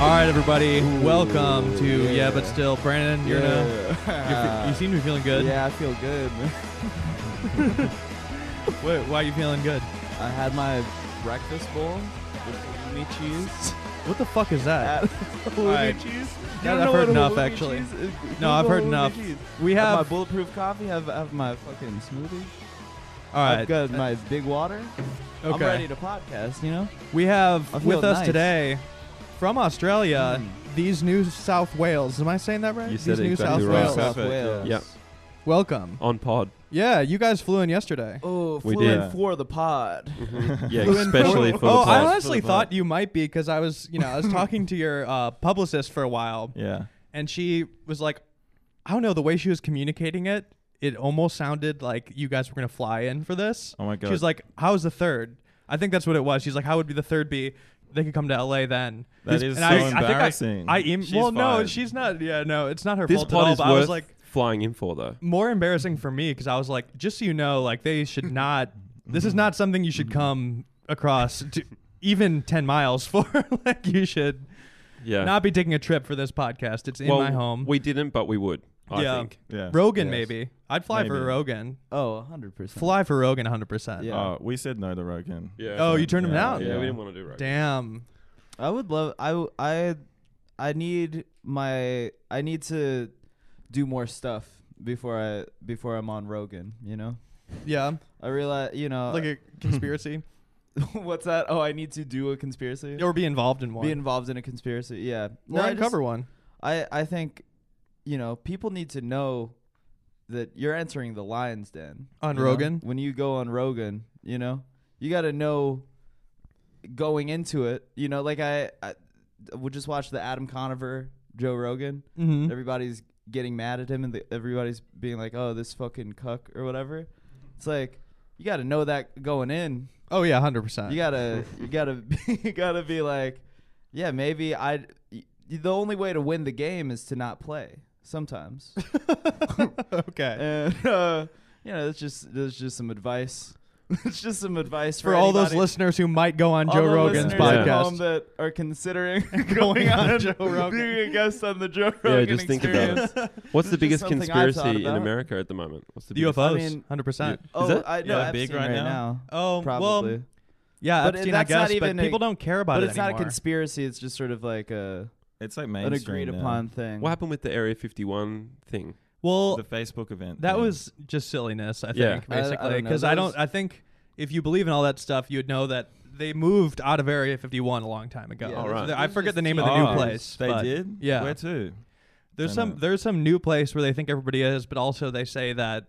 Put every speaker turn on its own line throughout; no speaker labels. right, everybody, welcome to yeah, but still, Brandon, you're gonna, you're,
yeah.
fe- you seem to be feeling good.
Yeah, I feel good.
Why, why are you feeling good?
I had my breakfast bowl with halloumi cheese.
What the fuck is that?
At halloumi
right.
cheese? You
Yeah,
don't
I've
know
heard
what
enough,
halloumi
actually.
cheese is?
No, I've
Google
heard
halloumi
enough.
cheese.
We
Have my
have all
bulletproof coffee. Have have my fucking smoothie.
right.
I've got my big water.
okay.
I'm ready to podcast. You know.
We
I
have
feel
with us
nice. Hmm.
today from Australia these new South Wales. Am I saying that right?
You
these
said it
new
exactly
South
right.
Wales.
South
Perfect,
Wales.
yeah.
Welcome.
on pod.
Yeah, you guys flew in yesterday.
Oh,
We
flew in
did.
for the pod.
Yeah,
Flew in
especially for the
oh, I
pod.
honestly thought you might be because I was, you know, I was talking to your uh, publicist for a while,
Yeah.
and she was like, I don't know, the way she was communicating it, it almost sounded like you guys were gonna fly in for this.
Oh my
She was like, "How's the third? I think that's what it was. She's like, "How would be the third be? They could come to L.A. then."
That
and
is so
I- I think I-
embarrassing.
I, em-
She's
well, no,
fine.
she's not. Yeah, no, it's not her
this
fault
pod
at all.
is
But
worth
I was like,
flying in for though.
more embarrassing for me because I was like, just so you know, like they should not. this is not something you should come across, to, even ten miles for. like you should
Yeah.
not be taking a trip for this podcast. It's in
well,
my home.
We didn't, but we would. I
Yeah.
think.
Yeah.
Rogan,
Yes.
maybe. I'd fly for
Maybe.
Rogan.
Oh, 100 percent.
Fly for Rogan 100%.
Yeah.
Oh.
Uh, we said no to Rogan.
Yeah.
Oh, you turned him
Yeah,
down?
Yeah,
yeah.
we didn't want to do right.
Damn.
I would love. I w- I I need my. I need to do more stuff before I before I'm on Rogan. You know.
Yeah.
I realize. You know.
Like a conspiracy.
what's that? Oh, I need to do a conspiracy.
or be involved in one.
Be involved in a conspiracy. Yeah.
or
I,
uncover one.
I I think, you know, people need to know that you're entering the lion's den
On
you know?
Rogan?
When you go on Rogan, you know, you got to know going into it. You know, like I, I would just watch the Adam Conover Joe Rogan.
Mhm.
Everybody's getting mad at him, and the, everybody's being like, "Oh, this fucking cuck" or whatever. It's like you got to know that going in.
Oh, yeah, 100%.
You gotta, you gotta, be- you gotta be like, yeah, maybe I. The only way to win the game is to not play sometimes,
okay.
and uh, you know, that's just that's just some advice. it's just some advice
For all those
anybody-
listeners who might go on
all
Joe
the
Rogan's
listeners at home
podcast.
that are considering going on Joe Rogan, being a guest on the Joe Rogan.
yeah, just think
experience.
about it. What's the
This is
biggest
something I've thought
conspiracy in
about.
America at the moment? What's the
The
biggest?
UFOs.
I mean-
100%.
Oh,
that-
I know
yeah,
Epstein
big right now?
Oh,
probably.
well, yeah,
But
Epstein, I
that's not
guess,
even
but
a-
people don't care about
but
it
it's not a
anymore.
conspiracy. It's just sort of like a
It's like
an
mainstream.
agreed
now.
upon thing.
What happened with the Area 51 thing?
well,
The Facebook event.
That
thing.
was just silliness, I think,
Yeah.
I- I
basically.
don't know.
Because
That
I, don't,
was-
I think if you believe in all that stuff, you'd know that they moved out of Area 51 a long time ago.
Yeah,
All right.
I forget the name of the
Oh,
new place.
They
but
did.
Yeah.
Where to?
There's
I
some
know.
there's some new place where they think everybody is, but also they say that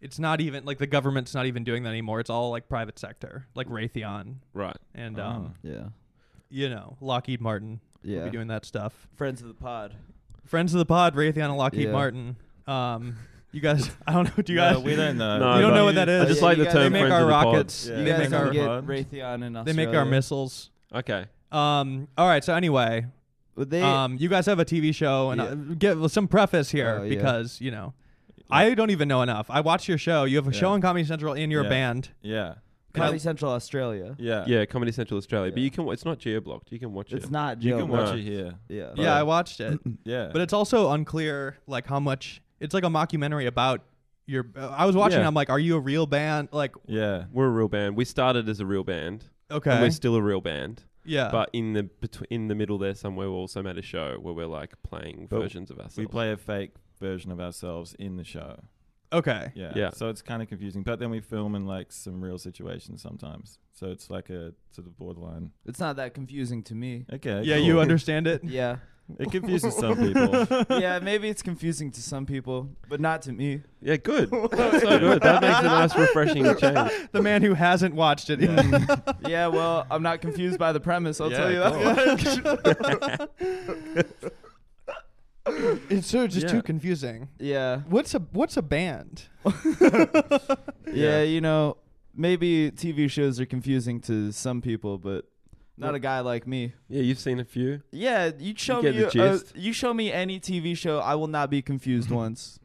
it's not even like the government's not even doing that anymore. It's all like private sector, like Raytheon
Right.
and
Oh.
um,
Yeah.
you know Lockheed Martin. will
Yeah.
be doing that stuff.
Friends of the pod.
Friends of the pod, Raytheon and Lockheed
Yeah.
Martin. Um, you guys, I don't know. Do you
No,
guys?
we don't know.
No,
you don't
but-
know what that
I
is.
just
Yeah,
like
you
the
guys-
term
they make
friends
our
of the pod.
rockets.
Yeah.
You
They
guys
make
can
our
get
pod.
Raytheon in Australia.
they make our missiles.
Okay.
Um. All right. So anyway,
But They,
um, you guys have a TV show, and
Yeah.
uh, get some preface here
Oh, yeah.
because you know, I don't even know enough. I watch your show. You have a show
Yeah.
on Comedy Central, and you're a
Yeah.
band.
Yeah.
Can I-
Comedy Central Australia.
Yeah.
Yeah, Comedy Central Australia, but
Yeah.
you can. It's not geo blocked. You can watch
It's
it.
not
You
Joe.
can watch
no.
it here.
Yeah.
Yeah, I watched it,
Yeah.
but it's also unclear like how much. It's like a mockumentary about your. Uh, I was watching.
Yeah.
I'm like, are you a real band? Like,
yeah.
We're a real band. We started as a real band, and
okay,
we're still a real band.
yeah,
but in the betw- in the middle there somewhere, we also made a show where we're like playing
But
versions of ourselves.
We play a fake version of ourselves in the show.
okay,
Yeah.
Yeah.
So it's kind of confusing, but then we film in like some real situations sometimes. So it's like a sort of borderline.
It's not that confusing to me.
Okay.
yeah.
cool.
You understand it?
Yeah.
It confuses some people.
yeah, maybe it's confusing to some people, but not to me.
Yeah, good. That's so good. That makes a nice, refreshing change.
the man who hasn't watched it.
Yeah.
Yeah, well, I'm not confused by the premise, I'll
Yeah,
tell you that.
it's so just
Yeah.
too confusing.
yeah.
What's a what's a band?
yeah. you know, maybe TV shows are confusing to some people, but not a guy like me.
Yeah, you've seen a few.
Yeah, you show
get
me
the
uh,
gist.
you show me any TV show, I will not be confused once.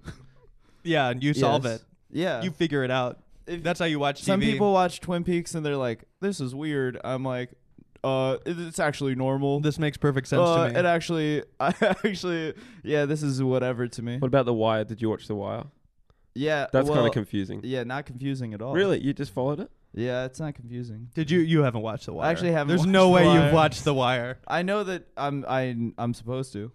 Yeah, and you solve
Yes.
it.
Yeah.
You figure it out.
If-
That's how you watch TV.
Some people watch Twin Peaks and they're like, "This is weird." I'm like, uh, it- it's actually normal.
This makes perfect sense
Uh,
to me.
It actually, I actually, yeah, this is whatever to me.
What about The Wire? Did you watch The Wire?
Yeah,
That's kind
well,
of confusing.
Yeah, not confusing at all.
Really? You just followed it?
Yeah, it's not confusing.
Did you? You haven't watched The Wire.
actually haven't
There's
watched
no
The
way
Wire.
you've watched The Wire.
I know that I'm I I'm supposed to.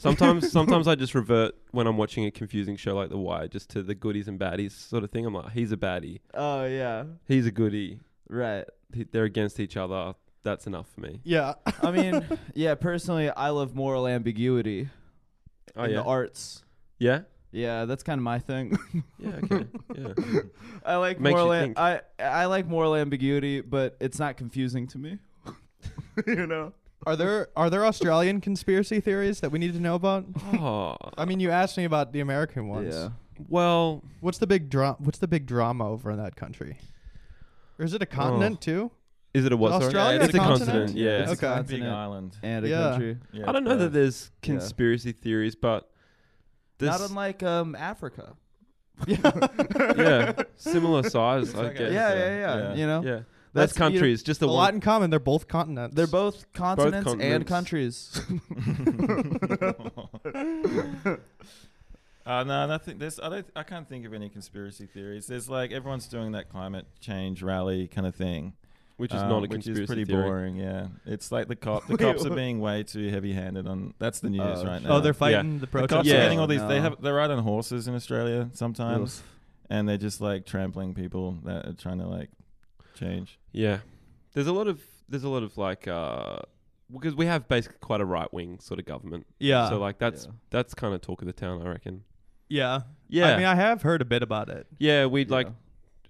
Sometimes sometimes I just revert when I'm watching a confusing show like The Wire just to the goodies and baddies sort of thing. I'm like, he's a baddie.
Oh yeah,
He's a goodie.
right.
He- They're against each other. That's enough for me.
Yeah.
I mean, yeah. Personally, I love moral ambiguity
Oh,
in
yeah.
the arts.
yeah?
Yeah, that's kind of my thing.
Yeah, okay. yeah.
I like
Makes you
moral. am-
think.
I I like moral ambiguity, but it's not confusing to me. you know.
are there are there Australian conspiracy theories that we need to know about?
Oh,
I mean, you asked me about the American ones.
Yeah.
well,
What's the big drama? What's the big drama over in that country? Or is it a continent too?
is it a what? sorry?
Australia
it's
a
a
continent?
continent.
Yeah,
Yeah.
it's
Okay.
a kind of big
Continent.
island.
And a
Yeah.
country.
Yeah,
I don't know that
it's, uh,
there's conspiracy theories, but this,
Not unlike um Africa.
yeah, similar size. I
like a-
guess.
yeah, yeah, yeah,
yeah.
You know,
yeah.
That's
That's,
the-
countries. Just the
A
one.
lot in common. They're both continents.
they're both continents, and
continents.
countries.
Uh, no, nothing. There's I don't. I can't think of any conspiracy theories. There's like everyone's doing that climate change rally kind of thing,
which is
um,
not a
which
conspiracy
is pretty
theory.
boring. Yeah, it's like the cop. The cops are being way too heavy-handed on. That's the news
Oh,
right now.
oh, they're fighting the
the
protesters.
cops
Yeah.
are getting all these. They
No.
have. They ride on horses in Australia sometimes, and they're just like trampling people that are trying to like change.
Yeah, there's a lot of there's a lot of like uh because we have basically quite a right wing sort of government.
yeah.
so like that's
yeah.
that's kind of talk of the town, I reckon.
yeah.
Yeah,
I mean, I have heard a bit about it.
yeah, we would
Yeah.
like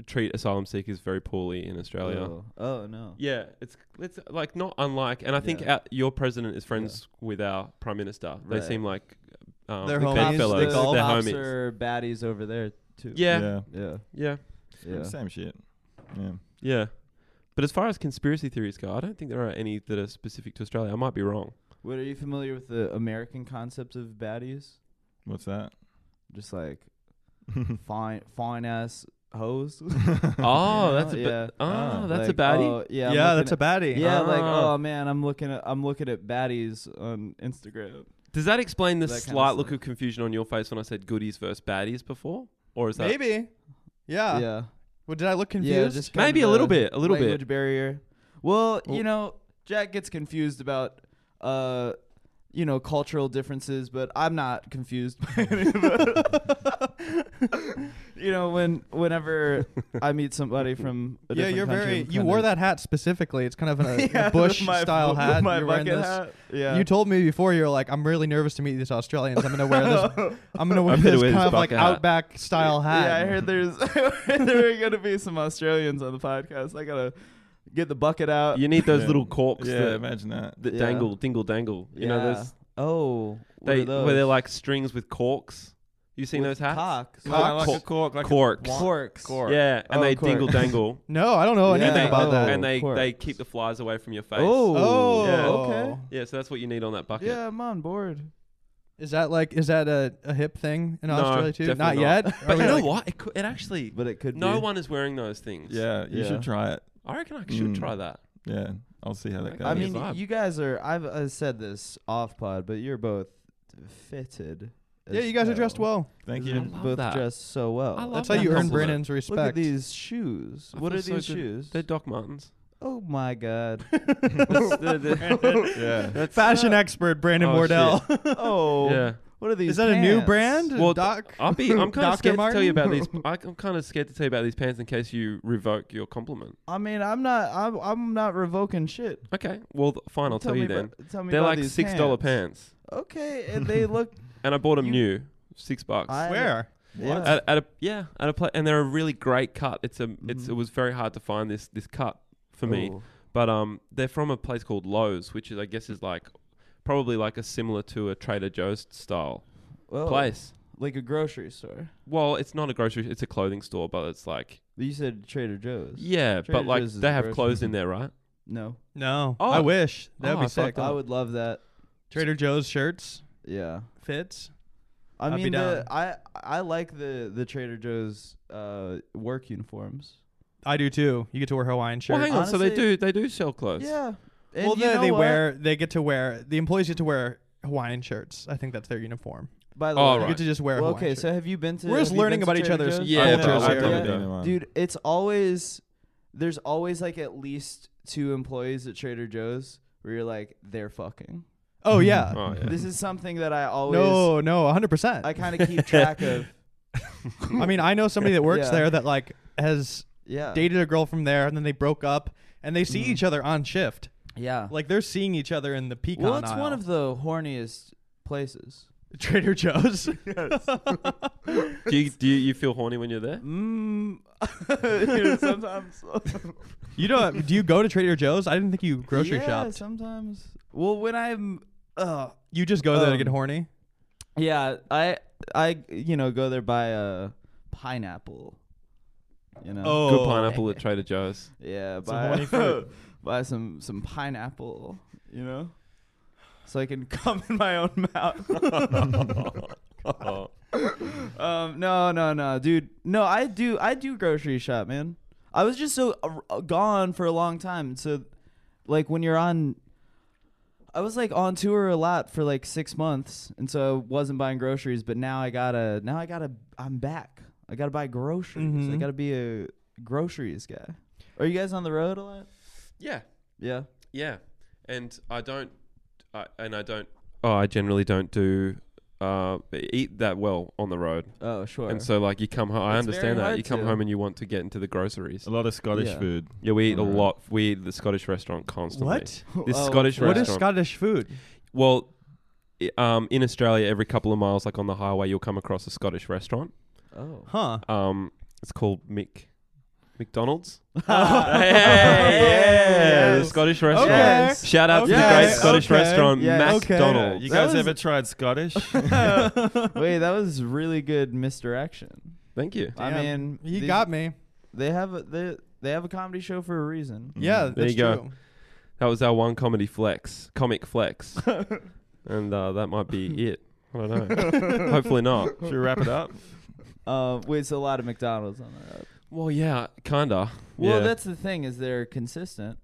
treat asylum seekers very poorly in Australia.
Oh, oh, no.
Yeah, it's it's like not unlike, and I think
Yeah.
our, your president is friends with our prime minister.
Right.
They seem like um,
They're
good
homies.
fellows.
The
They're
golf
cops
homies.
are baddies over there too.
Yeah,
yeah,
yeah,
yeah. Same shit. Yeah.
yeah. But as far as conspiracy theories go, I don't think there are any that are specific to Australia. I might be wrong.
What are you familiar with the American concept of baddies?
What's that?
Just like fine, fine ass hoes.
Oh,
You
that's a
know? yeah.
ba- oh,
Ah,
that's a
Like,
baddie.
oh, yeah, I'm
yeah,
looking
that's a
at-
baddie.
Yeah, like
Ah.
oh man, I'm looking at I'm looking at baddies on Instagram.
Does that explain the
That kinda
slight look
stuff.
of confusion on your face when I said goodies versus baddies before? Or is that
Maybe. Yeah.
yeah,
Well, did I look confused?
yeah, just kind
Maybe
of
a little
the
bit, a little bit.
language barrier. Well,
Well-
you know, Jack gets confused about uh, you know, cultural differences, but I'm not confused by any of it. you know, when whenever I meet somebody from a
yeah,
different
you're
country,
very.
I'm
You
kinda-
wore that hat specifically. It's kind of an, a
Yeah, with
bush
my-
style
with
hat.
my
you're wearing
bucket
this.
hat. Yeah.
You told me before you're like, I'm really nervous to meet these Australians. I'm gonna wear this. I'm gonna wear
I'm gonna
this
wear
kind
this
of like
bucket hat.
outback style hat.
Oh. Yeah, I heard there's there are gonna be some Australians on the podcast. I gotta get the bucket out.
you need those
Yeah.
little corks
yeah,
that,
imagine that.
that
Yeah.
dangle, dingle, dangle. You know those
Oh, what
they
are those?
where they're like strings with corks. You seen
With
those hats? Oh,
Cocks.
Cork-
Like a
Cork-
cork, like a
corks.
wand-
Corks.
cork.
Yeah,
Oh,
and they
cork.
dingle dangle.
No, I don't know
Yeah.
anything
and they,
about that.
And they,
corks.
they keep the flies away from your face.
Oh,
oh,
Yeah.
okay.
Yeah, so that's what you need on that bucket.
Yeah, I'm on board.
Is that like is that a, a hip thing in
No,
Australia too? Not
definitely
yet.
not.
Are
But you
we,
know
like-
what? It, could, it actually
But Oh, it could
no
be.
one is wearing those things.
Yeah, you
Yeah.
should try it.
I reckon I should
Mm.
try that.
Yeah, I'll see how that
Okay.
goes.
I
Yeah,
mean,
vibe.
you guys are. I've uh, said this off pod, but you're both fitted.
Yeah,
as
you guys are dressed well.
thank
I
you.
love
Both
that.
dressed so well.
I love
That's
That's
how
that
you earn
compliment.
Brennan's
Look
respect.
at these shoes.
I
What
feel
are
so
these
good.
shoes?
They're Doc Martens.
oh my god.
That's- they're- they're-
Yeah.
that's-
Fashion expert Brandon
Oh,
Wardell.
oh,
yeah.
what are these?
Is that a new
pants?
brand?
Well,
Doc.
I'll be. I'm kind
Dr.
of scared to tell you about
Martin?
these. I- I'm kind of scared to tell you about these pants in case you revoke your compliment.
I mean, I'm not. I'm, I'm not revoking shit.
Okay. Well, th- fine. I'll tell, you
me
then.
abo- tell me
They're
about
like
these
six dollar pants.
Okay, and they look.
and I bought them
You-
new, six bucks.
I-
Where?
yeah.
at, at a yeah, at a pla- and they're a really great cut. It's a it's
Mhm.
it was very hard to find this this cut for me,
Ooh.
but um they're from a place called Lowe's, which is I guess is like probably like a similar to a Trader Joe's style
Well,
place.
like a grocery store.
Well, it's not a grocery; it's a clothing store, but it's like
You said Trader Joe's.
yeah,
Trader
but like
Joe's is
they
a
have
grocery
clothes in there, right?
No,
No.
Oh.
I wish. That'd
Oh,
be
I
sick.
fucked
I
up.
would love that.
Trader Joe's shirts
Yeah,
fits.
I
I'd be
mean, the,
down.
I I like the the Trader Joe's uh, work uniforms.
I do too. You get to wear Hawaiian shirt.
Well, hang on. so they
Honestly-
do they do sell clothes.
Yeah, And
well,
you
they,
know
they
what?
wear they get to wear the employees get to wear Hawaiian shirts. I think that's their uniform.
By the
Oh,
way,
You
right.
get to just wear. a
well,
Hawaiian
okay.
shirt.
So have you been to?
We're just
have you
learning
been to
about each
Trader
other's
Joe's?
Yeah,
I've
bro,
never-
yeah.
I've never
Yeah.
been in one.
Dude, it's always there's always like at least two employees at Trader Joe's where you're like they're fucking.
oh yeah.
Oh, yeah.
This is something that I always
No, no, 100%.
I kind of keep track of.
I mean, I know somebody that works
Yeah. Uh.
there that like has
Yeah.
dated a girl from there and then they broke up and they
Mm.
see each other on shift.
Yeah.
Like they're seeing each other in the pecan
well, it's
aisle.
one of the horniest places.
Trader Joe's.
do you, do you, you feel horny when you're there?
Mm. You know, sometimes.
you know, do you go to Trader Joe's? I didn't think you grocery
yeah,
shopped.
sometimes. Well, when I'm uh
You just go there to
Um,
get horny.
yeah, I I you know go there buy a pineapple. You know.
Oh,
Good pineapple at Trader Joe's.
Yeah,
a horny
buy
fruit.
buy some some pineapple, you know, so I can come in my own mouth. um, no, no, no, dude, no, I do, I do grocery shop, man. I was just so uh, gone for a long time, so like when you're on. I was like on tour a lot for like six months, and so I wasn't buying groceries. But now I gotta, now I gotta, I'm back. I gotta buy groceries. I
Mhm.
gotta be a groceries guy. Are you guys on the road a lot?
Yeah,
Yeah.
yeah. And I don't, I, and I don't. Oh, I generally don't do uh, eat that well on the road.
Oh, sure.
And so, like, you come home. I
It's very
understand that
hard
you come
to.
home and you want to get into the groceries.
Oh,
A lot of Scottish
Yeah.
food.
Yeah, we eat a
Alright.
lot. We eat at the Scottish restaurant constantly.
What?
This
Oh,
Scottish
yeah.
What is
restaurant.
Scottish food?
Well, i- um, in Australia, every couple of miles, like on the highway, you'll come across a Scottish restaurant.
Oh.
Huh?
Um, it's called Mick McDonald's.
yeah,
the Scottish restaurant.
Okay.
Yes.
Shout out to the
Okay,
great Scottish
okay,
restaurant
yes.
Okay.
McDonald's.
You
That
guys
was-
ever tried Scottish?
Wait, that was really good misdirection.
Thank you.
I
Damn,
mean,
he
the-
got me.
Mm-hmm.
They have a, they they have a comedy show for a reason.
Yeah,
Mhm.
that's
There you go.
true.
That was our one comedy flex, comic flex, and uh, that might be it. I don't know. Hopefully not.
Should we wrap it up?
Uh, wait, so a lot of McDonald's on the road.
Well, yeah, kinda.
Well,
yeah,
that's the thing is they're consistent.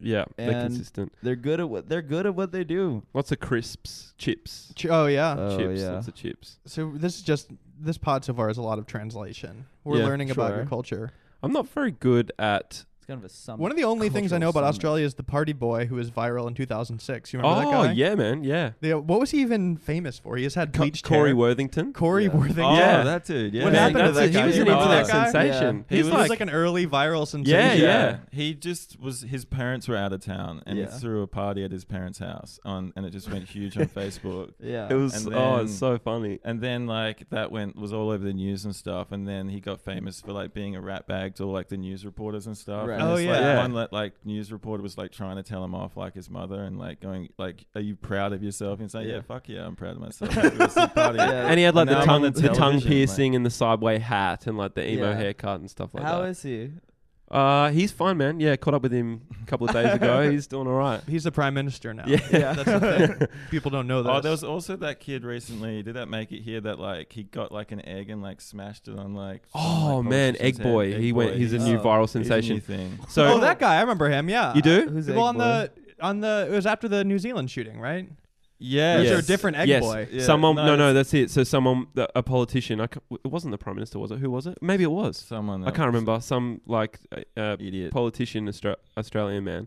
yeah, they're
and-
consistent.
They're good at what they're good at what they do.
Lots of crisps, chips,
Ch- Oh yeah.
Uh, Oh,
chips,
yeah.
lots of chips.
so this is just this pod so far is a lot of translation. We're
Yeah,
learning about your
sure.
culture.
I'm not very good at.
It's kind of a sum.
One of the only things I know
cultural
about
summit.
Australia is the party boy who was viral in 2006. You remember that
oh
guy?
yeah, man, yeah.
The- what was he even famous for? He has had
Co-
bleached
Corey
hair.
Worthington.
Corey
Yeah.
Worthing.
Oh,
Yeah.
that dude. Yeah.
What
Man,
happened to
that's
that
a-
guy?
He was an
You remember
internet
that guy?
sensation.
He
He
was,
was
like an early viral sensation.
Yeah, yeah.
He just was. His parents were out of town, and
Yeah.
he threw a party at his parents' house, on and it just went huge on Facebook.
Yeah.
It was
And
oh, it's
then-
so funny.
And then like that went was all over the news and stuff. And then he got famous for like being a rat bag to all like the news reporters and stuff.
Right.
And
Oh,
it's,
yeah.
like,
Yeah.
one like, like news reporter was like trying to tell him off like his mother and like going like, "Are you proud of yourself?" And he's like, "Yeah,
Yeah.
fuck yeah, I'm proud of myself." Like, it was a party.
Yeah.
And he had like
Now
the
I'm
tongue,
on the
the tongue
television, like-
piercing, and the sideway hat, and like the emo
Yeah.
haircut and stuff like
How
that.
is he?
uh, he's fine, man. Yeah, caught up with him a couple of days ago. He's doing all right.
He's the prime minister now.
Yeah.
That's the thing. People don't know that.
Oh, there was also that kid recently. Did that make it here? That like he got like an egg and like smashed it on like. some,
Oh
like,
man,
politician's
Egg
head.
Boy. he went.
Boy.
He's a new
Oh.
viral
he's a new
sensation.
thing.
So
oh, that guy. I remember him. Yeah.
you do?
Who's
The well, on the on the it was after the New Zealand shooting, right?
Yeah.
Or is there a
Yes.
different egg
yes.
boy?
Yeah,
someone.
no,
No, no, that's it. So someone, the, a politician. I, ca- it wasn't the prime minister, was it? Who was it? Maybe it was.
Someone.
I can't remember. Some like uh, uh,
Idiot.
politician, Austra- Australian man,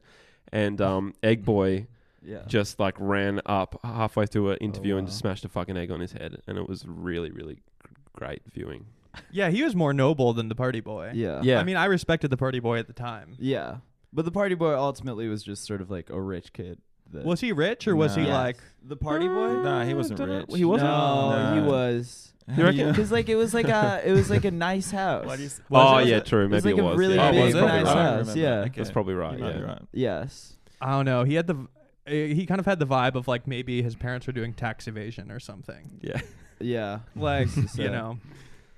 and um, Egg Boy
Yeah.
just like ran up halfway through an interview and
wow.
just smashed a fucking egg on his head, and it was really, really gr- great viewing.
Yeah, he was more noble than the party boy.
Yeah.
Yeah,
I mean, I respected the party boy at the time.
Yeah. But the party boy ultimately was just sort of like a rich kid. that-
Was he rich or was he
Nah.
like?
the party boy?
Nah, he wasn't
Dunno.
rich.
He wasn't.
No, he
Nah.
was.
You reckon?
Yeah.
Because like it was like a it was like a nice house.
Why do you s-
oh
Was it-
yeah,
was it-
true.
it was
Maybe it
like a
was.
really
yeah.
Oh,
big
was it?
nice
I don't
house,
remember.
yeah.
Okay.
That's probably right.
You might be
Yeah.
right.
Yes.
I don't know. He had the. v- uh, He kind of had the vibe of like maybe his parents were doing tax evasion or something.
Yeah.
Yeah.
Like
That's
you
sad.
know,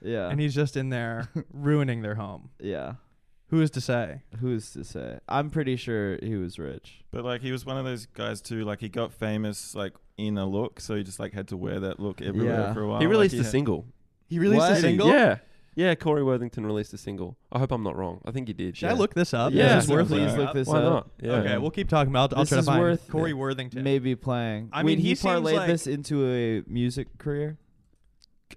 Yeah.
and he's just in there ruining their home.
yeah.
Who is to say?
Who's to say? I'm pretty sure he was rich.
But like he was one of those guys too. Like he got famous like in a look, so he just like had to wear that look everywhere
Yeah.
for a while.
He released
like,
a single.
He
released a What?
single.
Yeah. Yeah, Corey Worthington released a single. I hope I'm not wrong. I think he did.
Should I
yeah.
look this up?
Yeah.
Is this worth
Please
looking
look
up?
this
Why
up.
not? Yeah.
Okay, we'll keep talking about. I'll
This
try to
is
find
worth-
Corey Worthington.
Maybe playing.
I
Wait,
mean,
he,
he seems
parlayed
like-
this into a music career.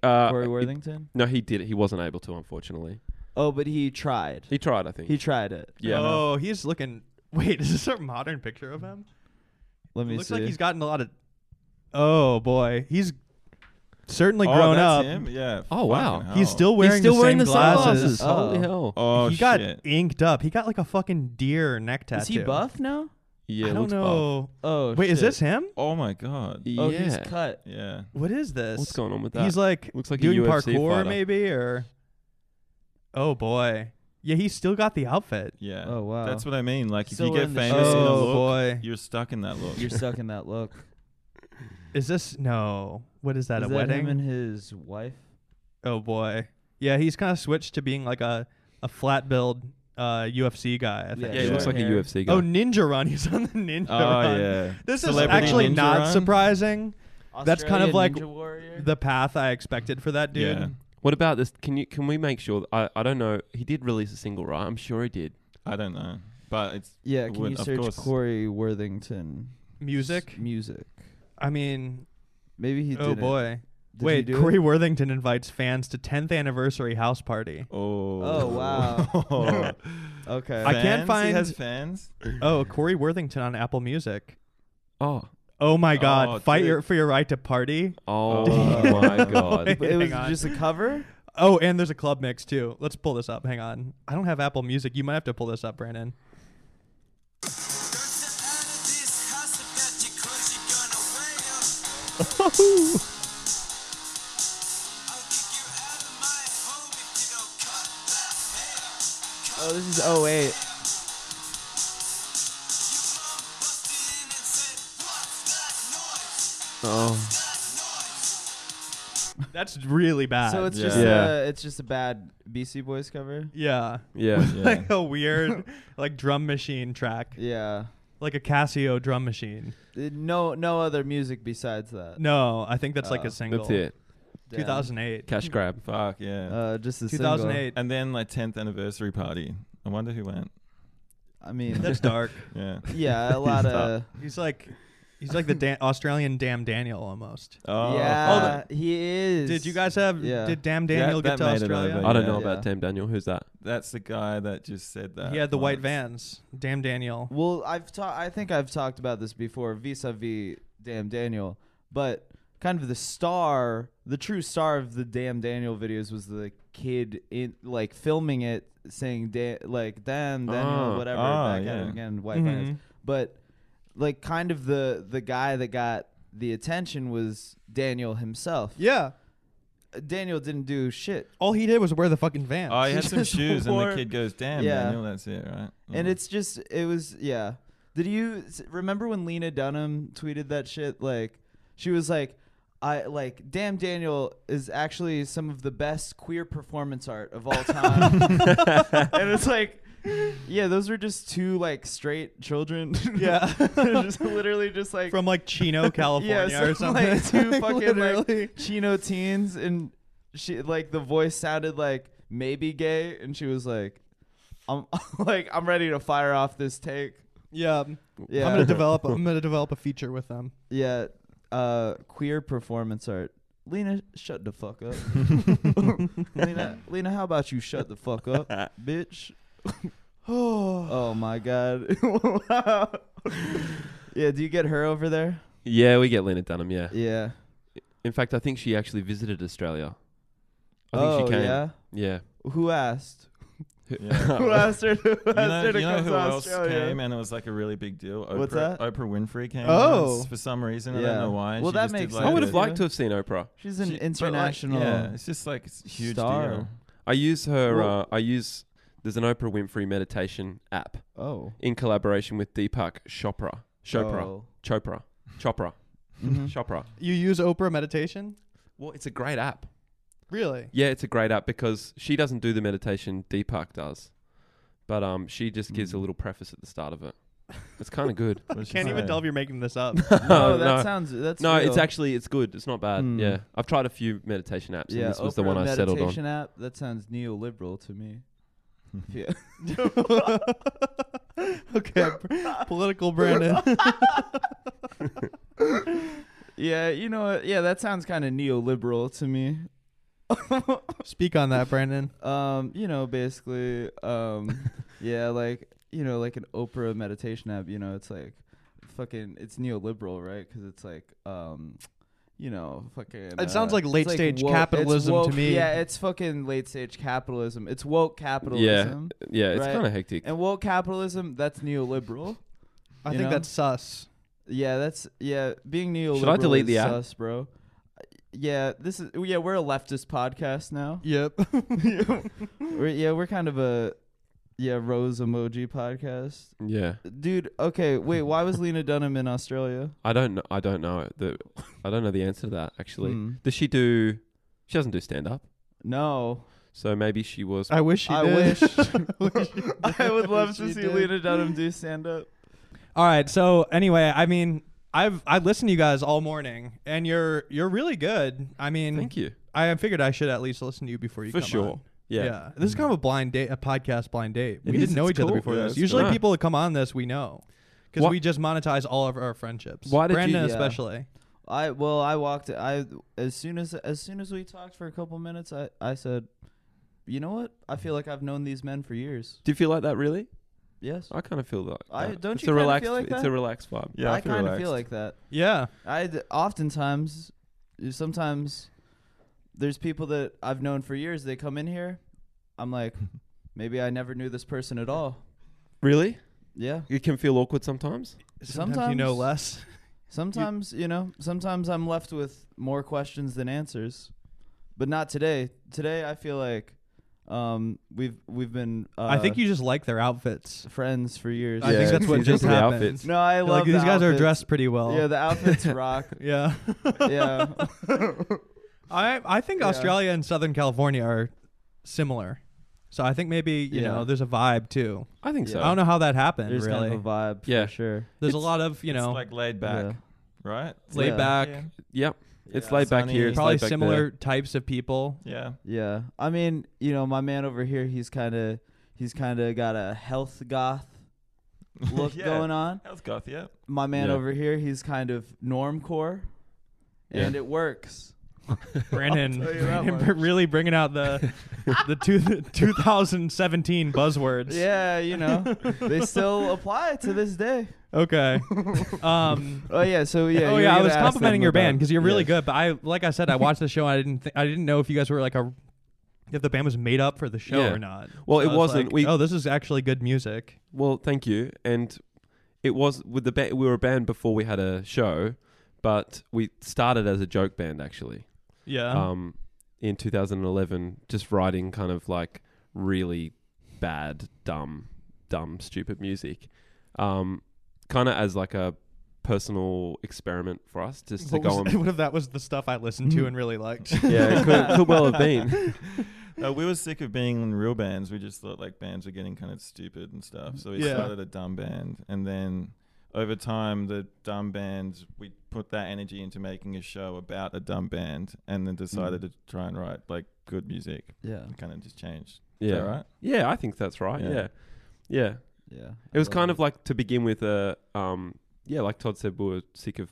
Uh,
Corey
he-
Worthington.
no, he did it. He wasn't able to, unfortunately.
Oh, but he tried.
He tried, I think.
He tried it.
yeah.
Oh, he's looking. Wait, is this a modern picture of him?
Let
It
me
looks
see.
like he's gotten a lot of. Oh boy, he's certainly
oh,
grown
that's
up.
Him? Yeah.
Oh, wow.
fucking
He's
hell.
still wearing
He's still
the
wearing
same
the
glasses.
sunglasses. Oh, Holy hell.
Oh
he got
shit.
inked up. He got like a fucking deer neck tattoo.
Is he buff now?
yeah,
I
it
don't
looks buff.
know.
Oh,
Wait, is
shit.
this him?
Oh my god.
Yeah.
Oh, he's cut.
Yeah.
What is this?
What's going on with that?
He's like
Looks like a
doing
UFC
parkour
fighter.
maybe or. Oh boy, yeah, he's still got the outfit.
Yeah.
Oh wow.
That's what I mean. Like if
So
you
we're
get
in the
famous in a
show.
Oh
look,
boy,
you're stuck in that look.
You're stuck in that look.
is this no? What is that?
Is
a
that
wedding?
him and his wife?
Oh boy, yeah, he's kind of switched to being like a a flat build uh, UFC guy. I think.
Yeah,
yeah, he looks
short
like a
hair.
UFC guy.
Oh, Ninja Run. He's on the Ninja
Oh
Run.
yeah.
This
Celebrity
is actually
Ninja
not
Run?
surprising. That's kind of
Australian
like
Ninja Warrior?
The path I expected for that dude.
Yeah.
what about this? Can you can we make sure? I I don't know. He did release a single, right? I'm sure he did.
I don't know, but it's
Yeah, can
would-
you
of
search
course.
Corey Worthington
Music.
s- music?
I mean,
Maybe he did.
oh
it.
boy.
Did he
Wait,
do
Corey
it?
Worthington invites fans to 10th anniversary house party.
oh.
Oh, wow. Okay.
I- can't
Fans? He has
find-
fans.
Oh, Corey Worthington on Apple Music.
Oh,
Oh my God!
Oh,
Fight
dude.
your, for your right to party.
oh
Oh.
my god.
But it
Hang
was
on.
just a cover.
Oh, and there's a club mix too. Let's pull this up. Hang on. I don't have Apple Music. You might have to pull this up, Brandon.
Oh, this is oh wait.
Oh.
That's really bad.
So it's
Yeah.
just
Yeah.
a, it's just a bad BC Boys cover.
yeah,
Yeah.
Yeah.
like a weird like drum machine track,
Yeah.
like a Casio drum machine.
Uh, No, no other music besides that.
No, I think that's like
Oh.
a single.
That's it.
Damn.
2008.
Cash grab.
Fuck yeah.
Uh, just a single.
2008.
and then like 10th anniversary party. I wonder who went.
I mean,
That's dark.
Yeah.
yeah, a lot
Stop.
of.
He's like, he's like the Dan- Australian Damn Daniel almost.
Oh.
yeah, he is.
Did you guys have?
yeah.
Did Damn Daniel get
that
to
made it over.
Australia?
I don't
Yeah.
know about
Yeah.
Tam Daniel. Who's that?
That's the guy that just said that.
He had the white
once.
vans. Damn Daniel.
Well, I've ta- I think I've talked about this before, vis-a-vis Damn Daniel, but kind of the star, the true star of the Damn Daniel videos was the kid in like filming it, saying da- like Damn Daniel,
Oh.
whatever.
Oh,
back at
yeah.
it again, white
Mhm.
vans. But like, kind of the the guy that got the attention was Daniel himself.
Yeah.
Uh, Daniel didn't do shit.
All he did was wear the fucking vans.
Oh, he
He
had some
just
shoes, and
wore-
the kid goes, "Damn,
Yeah.
Daniel, that's it, right?"
And
Mm.
Mm-hmm.
it's just, it was, yeah. Did you s- remember when Lena Dunham tweeted that shit? Like, she was like, I like, damn, Daniel is actually some of the best queer performance art of all time. and it's like, yeah, those were just two like straight children.
Yeah.
just literally just like
From like Chino, California,
yeah,
or
some,
something.
Like two fucking
literally.
like chino teens, and she like the voice sounded like maybe gay, and she was like, "I'm like I'm ready to fire off this take."
yeah.
Yeah,
I'm gonna develop. I'm gonna develop a feature with them.
yeah, uh, queer performance art. Lena, shut the fuck up. Lena, Lena, how about you shut the fuck up, bitch? oh my god. yeah, do you get her over there?
Yeah, we get Lena Dunham. Yeah.
Yeah.
In fact, I think she actually visited Australia. I think
oh
she came. Oh.
yeah.
Yeah.
Who asked?
Yeah.
who asked her to, who
You
asked
know,
her to
you know
come
who
to
else
Australia?
came and it was like a really big deal? Oprah,
What's that?
Oprah Winfrey came.
Oh.
once for some reason I
Yeah.
don't know why. and
Well,
she
that
just did,
makes
like,
I
sense.
would
a-
have liked to have seen Oprah.
She's an
She- but, like,
international.
yeah, it's just like it's a huge
star.
deal.
I use her.
Well-
uh, I use there's an Oprah Winfrey meditation app
Oh.
in collaboration with Deepak Chopra. Chopra.
Oh.
Chopra. Chopra.
Mhm.
Chopra.
You use Oprah meditation?
Well, it's a great app.
Really?
Yeah, it's a great app because she doesn't do the meditation. Deepak does, but um, she just gives a
Mm.
little preface at the start of it. It's kind of good.
What does she
Can't even
say?
tell if you're making this up.
no, that
Oh, no.
sounds that's
No, it's
real.
actually it's good. It's not bad.
Mm.
Yeah, I've tried a few meditation apps,
yeah.
and this was the
Oprah
one I settled on.
meditation app that sounds neoliberal to me. yeah.
okay, political Brandon.
Yeah, you know what? Yeah, that sounds kind of neoliberal to me.
Speak on that, Brandon.
Um, you know, basically, um, yeah, like you know, like an Oprah meditation app. You know, it's like fucking, it's neoliberal, right? Because it's like, um, you know, fucking.
It sounds
uh,
like
it's
late stage
it's
capitalism to
woke-
me.
Yeah, it's fucking late stage capitalism. It's woke
Yeah,
capitalism.
yeah, it's
Right.
kind of hectic.
And woke capitalism, that's neoliberal.
I
You
think
know?
that's sus.
Yeah, that's yeah. Being neoliberal.
Should I delete
is
the app?
sus, bro? Yeah, this is yeah. We're a leftist podcast now.
Yep.
We're, yeah, we're kind of a yeah rose emoji podcast,
Yeah,
dude. Okay, wait. Why was Lena Dunham in Australia?
I don't know. I don't know the. I don't know the answer to that actually.
Hmm.
Does she do? She doesn't do stand up,
No,
so maybe she was.
I wish you
I
did.
wish.
wish she
I would love to
She
see
did.
Lena Dunham do stand up.
All right. So anyway, I mean, I've I listened to you guys all morning, and you're you're really good. I mean,
Thank you
I figured I should at least listen to you before you
for
come
sure.
on.
Yeah.
This is kind of a blind date, a podcast blind date.
It
we
is,
didn't know
it's
each other
cool.
before
Yeah,
this.
it's
Usually,
cool.
people that come on this we know because
Why-
we just monetize all of our friendships.
Why did you-
Brandon
Yeah.
especially?
I well, I walked. I as soon as as soon as we talked for a couple minutes, I I said, you know what? I feel like I've known these men for years.
Do you feel like that really?
Yes.
I kind of feel like.
I-
that.
don't
it's
you
a
kinda
relaxed,
feel like
It's
that?
a relaxed vibe.
Yeah,
I,
I, feel
kind of
relaxed.
feel like that.
Yeah.
I d- oftentimes, sometimes there's people that I've known for years. They come in here. I'm like, maybe I never knew this person at all.
Really?
Yeah.
It can feel awkward sometimes.
Sometimes, you know
Sometimes-
less.
Sometimes, you know, sometimes I'm left with more questions than answers, but not today. Today, I feel like um, we've we've been. Uh,
I think you just like their outfits.
friends for years.
I
Yeah,
think that's
it's
what
easy
just
for the
happened.
outfits.
No, I
You're
love
like
the
these guys are
outfits.
dressed pretty well.
Yeah, the outfits rock.
Yeah.
Yeah,
I I think
Yeah.
Australia and Southern California are similar. So I think maybe, you
Yeah.
know, there's a vibe too.
I think
Yeah.
so.
I don't know how that happened
there's
really.
kind of a vibe.
Yeah.
for sure.
there's a
It's-
lot of, you know,
it's like laid back,
Yeah.
right?
It's
laid
yeah.
back.
Yeah.
Yep. It's
Yeah.
laid back
Sunny.
here. It's
probably
laid back
similar
there.
types of people.
Yeah,
Yeah. I mean, you know, my man over here, he's kind of he's kind of got a health goth look
Yeah.
going on.
Health goth. Yeah,
My man
Yeah.
over here, he's kind of normcore. And it works.
Brandon,
I'll tell you that
Brandon
much.
really bringing out the the two, 2017 buzzwords.
Yeah, you know. they still apply to this day.
Okay. Um
Oh yeah, so yeah.
oh
you
yeah,
were
I was
gonna ask
complimenting
them
your band
about-
because you're really
yes.
good. But I, like I said, I watched the show. And I didn't, think I didn't know if you guys were like a, if the band was made up for the show
Yeah.
or not.
Well, it
I was
wasn't.
like,
We-
oh, this is actually good music.
Well, thank you. And it was with the ba- we were a band before we had a show, but we started as a joke band actually.
Yeah.
Um, in 2011, just writing kind of like really bad, dumb, dumb, stupid music, um, kind of as like a personal experiment for us just to
what,
go
was-
on.
what if that was the stuff I listened to and really liked?
yeah, it could, could well have been.
no, Uh, we were sick of being in real bands. We just thought like bands were getting kind of stupid and stuff. So we
Yeah.
started a dumb band, and then over time, the dumb band we put that energy into making a show about a dumb band, and then decided
Mm.
to try and write like good music.
Yeah.
It kind of just changed. Is
Yeah,
that right?
yeah, I think that's right.
Yeah.
yeah. yeah.
Yeah.
It was kind of like to begin with a um yeah, like Todd said, we were sick of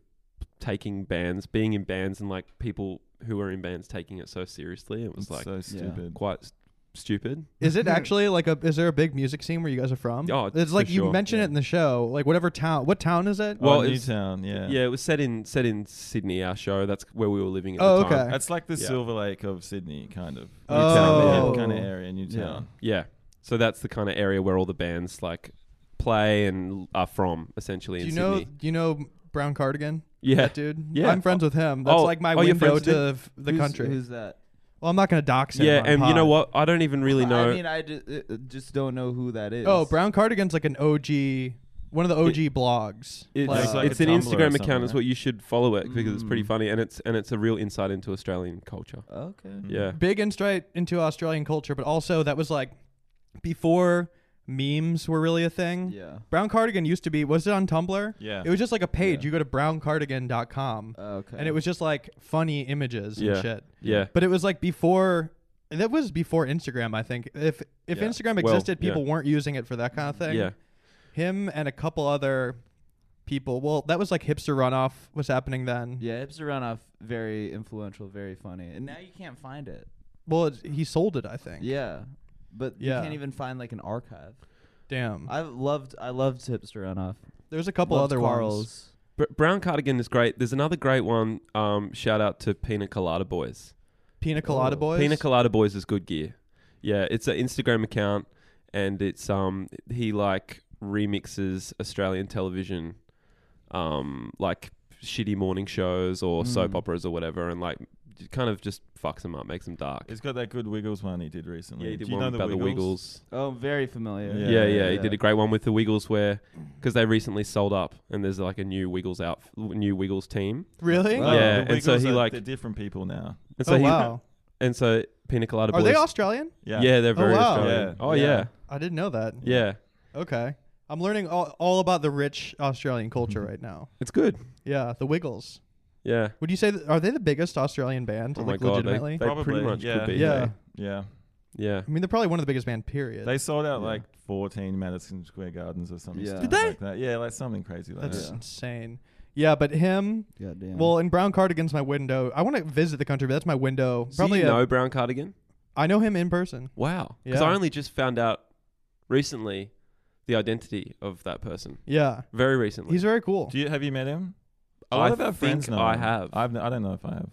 taking bands, being in bands, and like people who were in bands taking it so seriously. It was
It's uh,
like
so stupid.
quite s- stupid.
Is it actually like a? Is there a big music scene where you guys are from?
Oh,
it's like
for
you
sure.
mentioned
Yeah.
it in the show. Like whatever town, what town is it?
Oh, Well,
Well,
it's-
Newtown. Yeah.
Yeah. it was set in set in Sydney. Our show that's where we were living at
Oh,
the time.
okay.
That's like the
Yeah.
Silver Lake of Sydney, kind of.
Oh.
kind of area, Newtown.
Yeah, so that's the kind of area where all the bands like play and are from essentially
Do
in
you know?
Sydney.
Do you know Brown Cardigan?
yeah,
That dude.
Yeah.
I'm friends with him. That's
Oh,
like my
oh, you're
window
friends with
to f- the
Who's-
country.
Who's that?
well, I'm not gonna dox him.
yeah,
on
and you know
pod.
what? I don't even really know.
I mean, I ju- uh, uh, just don't know who that is.
Oh, Brown Cardigan's like an OG, one of the OG blogs.
It's,
Like-
It's like
it's
a
an
Tumblr or
Instagram
something,
account. Is
right?
what you should follow it because it's pretty
Mm.
funny and it's and it's a real insight into Australian culture.
Okay.
Mm.
Yeah,
big insight into Australian culture, but also that was like before memes were really a thing.
Yeah.
Brown Cardigan used to be, was it on Tumblr?
Yeah.
It was just like a page.
Yeah.
You go to browncardigan.com
Okay.
and it was just like funny images
Uh, Yeah.
and shit.
Yeah.
But it was like before that was before Instagram, I think. If if
Yeah.
Instagram
Well,
existed,
yeah.
people weren't using it for that kind of thing.
Yeah.
Him and a couple other people. Well, that was like hipster runoff was happening then.
yeah, hipster runoff, very influential, very funny, and now you can't find it.
Well, it's, he sold it, I think.
Yeah, but
Yeah.
you can't even find like an archive.
Damn.
I loved, I loved hipster runoff.
there was a couple
Loved
other ones.
Carl's.
Br- Brown Cardigan is great. There's another great one. Um, shout out to Pina Colada Boys.
Pina Colada
Oh.
Boys.
Pina Colada Boys is good gear. Yeah, it's an Instagram account, and it's um he like remixes Australian television, um like shitty morning shows or soap
Mm.
operas or whatever, and like kind of just fucks them up, makes them dark.
It's got that good Wiggles one he did recently.
yeah, he did
Do you
one
know
about the Wiggles.
Oh, very familiar.
Yeah,
Yeah.
yeah, he did a great one with the Wiggles where because they recently sold up and there's like a new Wiggles out, new Wiggles team,
Really?
Wow.
No,
Yeah,
the
and so
Wiggles
he
are-
like-
they're different people now.
and so
oh
he
wow.
and so Pina Colada
Are
Boys.
they Australian?
Yeah.
Yeah, they're
Oh,
very
wow.
Australian.
Yeah.
Oh
Yeah.
yeah.
I didn't know that.
yeah,
Okay. I'm learning all, all about the rich Australian culture right now.
it's good.
Yeah, the Wiggles.
Yeah.
Would you say that, are they the biggest Australian band?
Oh my
like
God, they-
legitimately?
They pretty
Probably,
much
yeah.
could be.
yeah. Mm.
Yeah.
Yeah.
I mean, they're probably one of the biggest band. Period.
They sold out
Yeah.
like 14 Madison Square Gardens or something.
Yeah.
stupid
Did they?
Like that. Yeah, like something crazy like
That's
that.
insane. Yeah, but him.
God damn.
Well, in Brown Cardigan's my window. I want to visit the country, but that's my window. Probably.
Do
a-
you know Brown Cardigan?
I know him in person.
Wow. Because
Yeah.
I only just found out recently the identity of that person.
Yeah,
Very recently.
he's very cool.
Do you have you met him?
I
A lot of our friends
think
know
I
him.
have.
I've, n- I don't know if I have.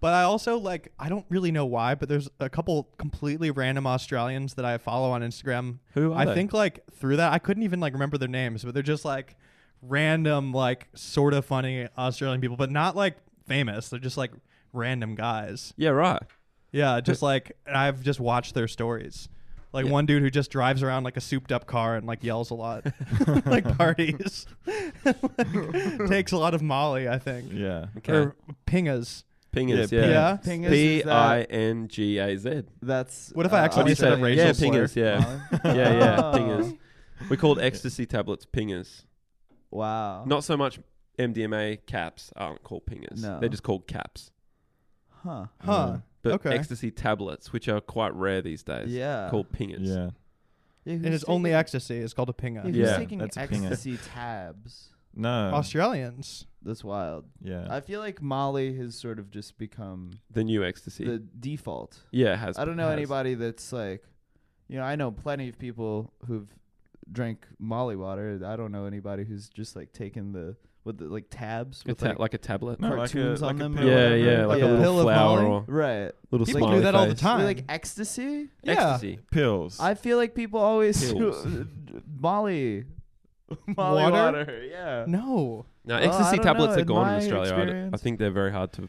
But I also like. I don't really know why, but there's a couple completely random Australians that I follow on Instagram.
Who are
I
they?
think like through that, I couldn't even like remember their names, but they're just like random, like sort of funny Australian people, but not like famous. They're just like random guys.
Yeah, right.
Yeah, just like and I've just watched their stories. Like
Yeah.
one dude who just drives around like a souped up car and like yells a lot, like parties, Like, takes a lot of Molly, I think,
Yeah.
Okay.
or pingas.
Pingers,
Yeah,
yeah.
Yeah.
Ping is-
P
is that-
I N G A Z.
that's.
What if I
uh,
accidentally
said a
racial
Yeah,
slur?
pingers, yeah. yeah, yeah, pingers. We called ecstasy tablets pingers.
Wow.
Not so much MDMA caps aren't called pingers.
No.
They're just called caps.
Huh.
Huh.
But
Okay.
ecstasy tablets, which are quite rare these days,
Yeah.
called pingers.
Yeah.
Yeah,
And it's only ecstasy. It's called a pinga.
Who's
Yeah,
taking
that's a pinger.
ecstasy tabs?
No.
Australians.
That's wild.
yeah.
I feel like Molly has sort of just become
The new ecstasy.
the default.
yeah, it has.
I don't know
has.
anybody that's like, you know, I know plenty of people who've drank Molly water. I don't know anybody who's just like taken the with the, like tabs
A
with
ta-
like,
like a tablet.
no, like a,
cartoons on
like a
them or
pill or
Yeah,
whatever.
yeah,
Like
like
a
a
pill
little
of
flower
Molly?
or
right.
little
People do
smiley
that all the
face.
time.
Like ecstasy.
Yeah.
Ecstasy.
pills.
I feel like people always
Pills.
Molly. Molly
Water?
yeah.
No.
No,
Oh, I
ecstasy
don't
tablets
know.
are
In
gone
my
in Australia. I d- I,
experience-
think they're very hard to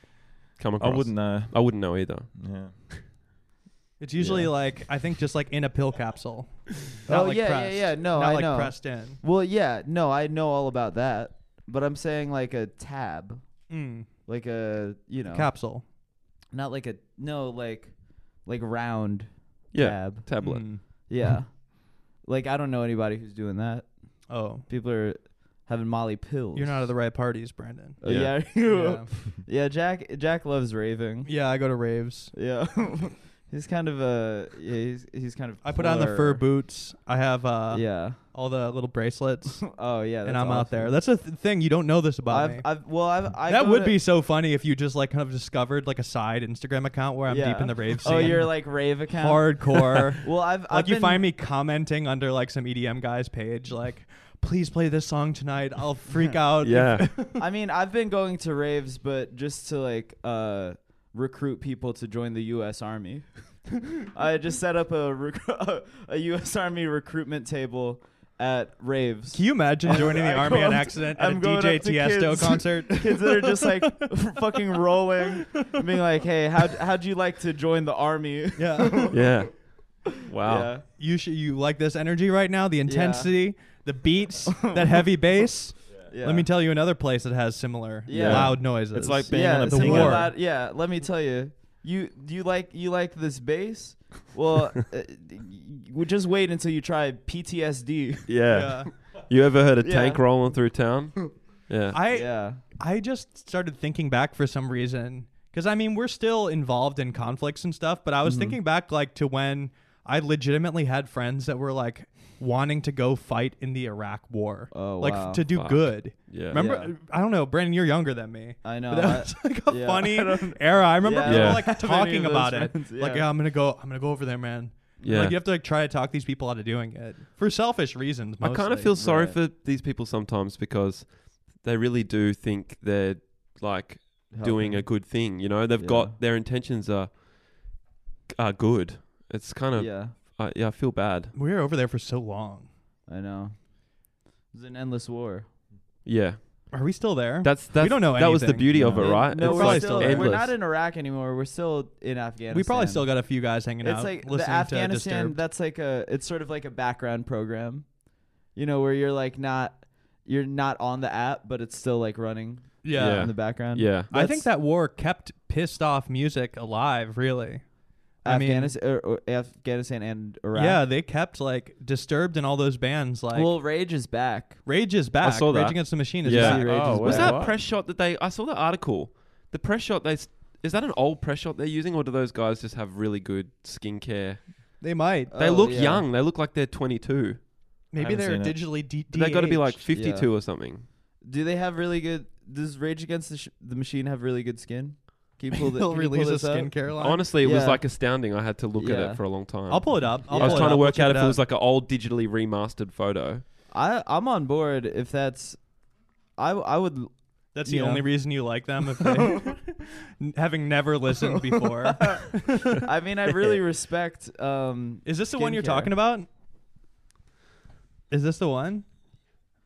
come
I
across.
wouldn't know.
I wouldn't know either.
Yeah.
It's usually
Yeah.
like I think just like in a pill capsule. Not
Oh
like
yeah,
pressed.
yeah, yeah. No,
Not
I
like
know.
pressed in.
Well, yeah, no, I know all about that, but I'm saying like a tab,
Mm.
like a you know,
Capsule.
not like a no, like like round
Yeah,
tab.
tablet.
Mm.
Yeah, like I don't know anybody who's doing that.
Oh,
People are having Molly pills.
you're not at the right parties, Brandon.
Oh, yeah, yeah.
Yeah.
Jack. Jack loves raving.
yeah, I go to raves.
Yeah. he's kind of a yeah. He's he's kind of.
I put on the fur
plur.
boots. I have uh,
Yeah.
all the little bracelets,
Oh yeah.
and
that's
I'm out
awesome.
there. That's a th- thing you don't know this about
I've,
me.
I've well I've I
that
go
would
to-
be so funny if you just like kind of discovered like a side Instagram account where I'm deep
Yeah.
in the rave scene.
Oh, you're like rave account.
hardcore.
Well, I've, I've
like you
been-
find me commenting under like some EDM guy's page, like, please play this song tonight. I'll freak out.
Yeah. Oh,
I mean, I've been going to raves, but just to like uh, recruit people to join the U.S. Army. I just set up a rec- a U.S. Army recruitment table at raves.
Can you imagine joining the
I
army
go
on
up-
accident at
I'm
a
going
DJ
up to
Tiesto
kids.
concert?
Kids that are just like fucking rolling, and being like, "Hey, how how'd you like to join the army?"
yeah.
yeah. Wow.
Yeah.
You should you like this energy right now? The intensity, the beats, that heavy bass.
yeah.
Let me tell you another place that has similar
Yeah.
loud noises.
It's like being
Yeah,
on a
it's a
pinger.
more loud- yeah. Let me tell you, you do you like you like this bass? Well, uh, y- y- just wait until you try PTSD.
Yeah. You ever heard a tank
Yeah.
rolling through town? Yeah.
I
yeah.
I just started thinking back for some reason because I mean we're still involved in conflicts and stuff, but I
Mm-hmm.
was thinking back like to when I legitimately had friends that were like wanting to go fight in the Iraq War,
Oh,
like
wow.
to do
Fuck.
good.
yeah.
Remember,
Yeah.
I don't know, Brandon, you're younger than me.
I know.
but that was like a
yeah.
funny
I don't-
era. I remember
Yeah.
people
Yeah.
like
Have any
talking
of those
about
friends,
it. Like,
yeah.
yeah, I'm gonna go. I'm gonna go over there, man.
Yeah.
Like you have to like try to talk these people out of doing it for selfish reasons.
I kind of
mostly.
feel sorry
Right.
for these people sometimes because they really do think they're like doing a good thing. You know, they've
Yeah.
got their intentions are are good. It's kind of
yeah.
I, yeah, I feel bad.
we were over there for so long.
I know. It's an endless war.
Yeah,
Are we still there?
that's that's
don't know
that was the
anything.
beauty
No.
of it,
It-
right?
No,
It's
we're,
like
still,
endless.
we're not in Iraq anymore. We're still in Afghanistan.
We probably still got a few guys hanging
It's
out.
like the
listening To
Afghanistan.
Disturbed.
That's like a. It's sort of like a background program, you know, where you're like not, you're not on the app, but it's still like running
yeah.
Yeah.
in the background.
yeah,
I think
That's
that war kept pissed off music alive. Really. I mean-
Afghanistan, or, or er, Afghanistan and Iraq.
Yeah, they kept like Disturbed and all those bands. Like
well, Rage is back.
Rage is back.
saw that.
Rage Against the Machine is
Yeah.
back.
Rage
Oh,
is
was
was Wait,
back.
that
what?
press shot that they? I saw the article. The press shot they s- is that an old press shot they're using, or do those guys just have really good skincare?
They might.
Uh,
They
Oh,
look
yeah.
young. They look like they're 22.
Maybe
haven't
they're
seen it.
digitally de-
They got to be like
DH.
52 or something.
Do they have really good? Does Rage Against the, sh- the Machine have really good skin? Can you pull the,
They'll
can you pull
release a
this up?
skincare line.
Honestly, it was
Yeah.
like astounding. I had to look at
Yeah.
it for a long time.
I'll pull it up. I'll
Yeah.
I was
pull it
trying to
up.
work
We'll
out
check
if it
out.
was like an old digitally remastered photo.
I I'm on board if that's. I, w- I would
That's the
Yeah.
only reason you like them, if they, having never listened before.
I mean I really respect um
Is this the one you're
Skincare.
talking about? Is this the one?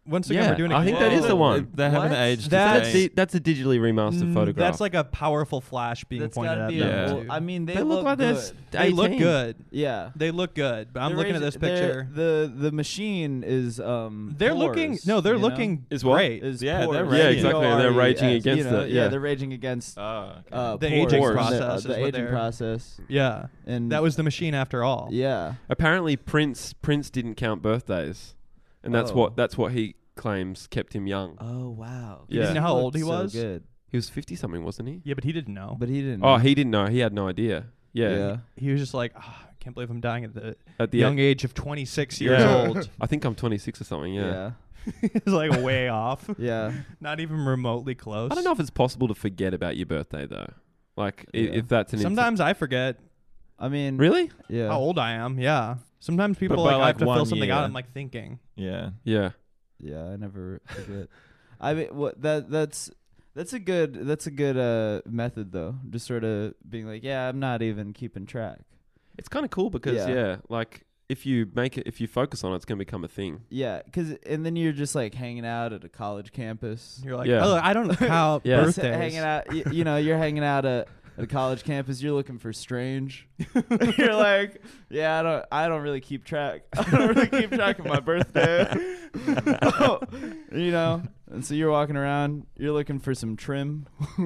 Once again, we're doing. a
I think that
Whoa.
is the one.
They haven't
What?
That's
aged. That's
That's, the, that's a digitally remastered
Mm,
photograph.
That's like a powerful flash being
that's
pointed
gotta
at
be
them.
Yeah.
a,
too.
well, I mean they,
they look like
good.
this.
they look good.
Yeah.
They look good, but I'm
The
looking at
Rage-
this picture.
they're- The the machine is um
They're, looking.
pores,
No, they're
you know?
looking
Is what?
great.
Is
Yeah, they're
pores.
Yeah, raging. exactly,
and they're
P O R E S,
raging against
you know?
it,
Yeah.
yeah.
they're raging against
Ah, okay.
uh,
The
pores,
aging
uh,
process
the,
is what
aging
they're-
process.
yeah,
And
that was the machine after all.
yeah.
Apparently, Prince Prince didn't count birthdays, and that's
Oh.
what that's what he claims kept him young.
Oh wow.
You didn't
know how
Looked
old he
so
was?
Good,
He was 50 something, wasn't he?
Yeah, but he didn't know.
but he didn't.
Oh, he didn't know. He had no idea. Yeah.
He was just like, "Ah, I can't believe I'm dying at the
At the
young
end,
age of 26 years
Yeah.
old.
I think I'm 26 or something. Yeah.
Yeah.
He's like way off,
Yeah.
not even remotely close.
I don't know if it's possible to forget about your birthday though. Like i
Yeah.
if that's an inf-
Sometimes I forget
I mean,
really.
Yeah.
how old I am. Yeah. Sometimes people
by
like, I
like
have to fill
one
something
year.
out. I'm like thinking.
yeah.
Yeah.
Yeah, I never forget. I mean, what that that's that's a good that's a good uh method though. Just sort of being like, yeah, I'm not even keeping track.
It's kind of cool because
Yeah.
yeah. like if you make it, if you focus on it, it's gonna become a thing.
Yeah, cause and then you're just like hanging out at a college campus.
You're like,
Yeah.
oh, I don't know how
Yeah.
Just
birthdays.
hanging out. y- You, know, you're hanging out at. At a college campus, you're looking for strange. you're like, yeah, I don't, I don't really keep track. I don't really keep track of my birthday. you know, and so you're walking around, you're looking for some trim.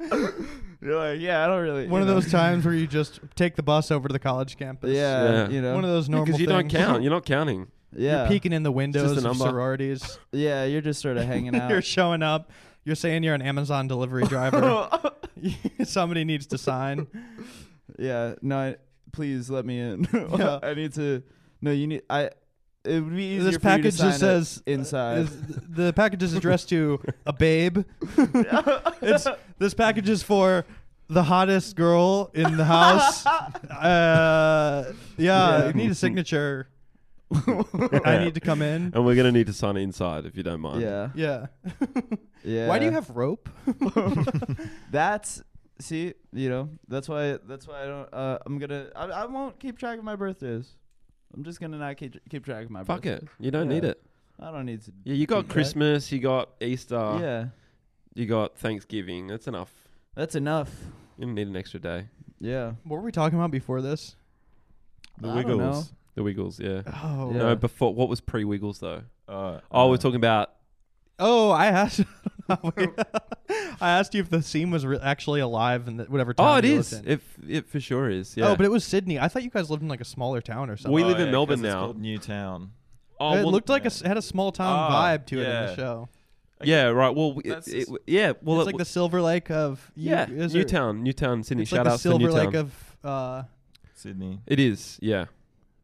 you're like, yeah, I don't really.
One
you
of
know.
those times where you just take the bus over to the college campus.
Yeah,
Yeah.
you know.
One of those normal
Because you don't
things.
count, you're not counting.
yeah,
You're peeking in the windows
a
of
number.
sororities.
yeah, you're just sort of hanging out.
you're showing up. You're saying you're an Amazon delivery driver. Somebody needs to sign.
Yeah, no, I, please let me in.
Yeah.
I need to. No, you need. I. It would be
This
easier for you to
package
sign
just
it
says uh,
inside.
is- the package is addressed to a babe. it's this package is for the hottest girl in the house. Uh, yeah,
Yeah.
you need a signature. I need to come in.
And we're gonna need to sign it inside if you don't mind.
yeah,
Yeah.
yeah.
Why do you have rope?
That's see, you know, that's why. That's why I don't. Uh, I'm gonna. I, I won't keep track of my birthdays. I'm just gonna not keep keep track of my.
Fuck
birthdays.
it. You don't
Yeah.
need it.
I don't need to.
Yeah. You got
Right.
Christmas. You got Easter.
yeah,
You got Thanksgiving. That's enough.
that's enough.
You don't need an extra day.
Yeah.
What were we talking about before this?
The I don't Wiggles. know.
The Wiggles. Yeah.
Oh.
Yeah.
No, before what was pre Wiggles though?
Uh,
Oh,
uh,
we're talking about
Oh, I asked. I asked you if the scene was re- actually alive and that whatever town
Oh, it
you
is.
lived in.
It, it for sure is. Yeah.
Oh, but it was Sydney. I thought you guys lived in like a smaller town or something.
We live in
'cause
Melbourne
oh, it's
now.
called Newtown.
oh,
it
well,
looked like a s had a small town
Ah,
Oh,
vibe to it in
yeah.
the show.
Yeah. Right. Well. we- It,
That's-
it, yeah. Well.
it's
it,
like the Silver Lake of you-
yeah.
is there-
Newtown. Newtown. Sydney.
It's
Shout
like the
out to
Silver
Newtown.
Lake of uh,
Sydney.
it is. Yeah.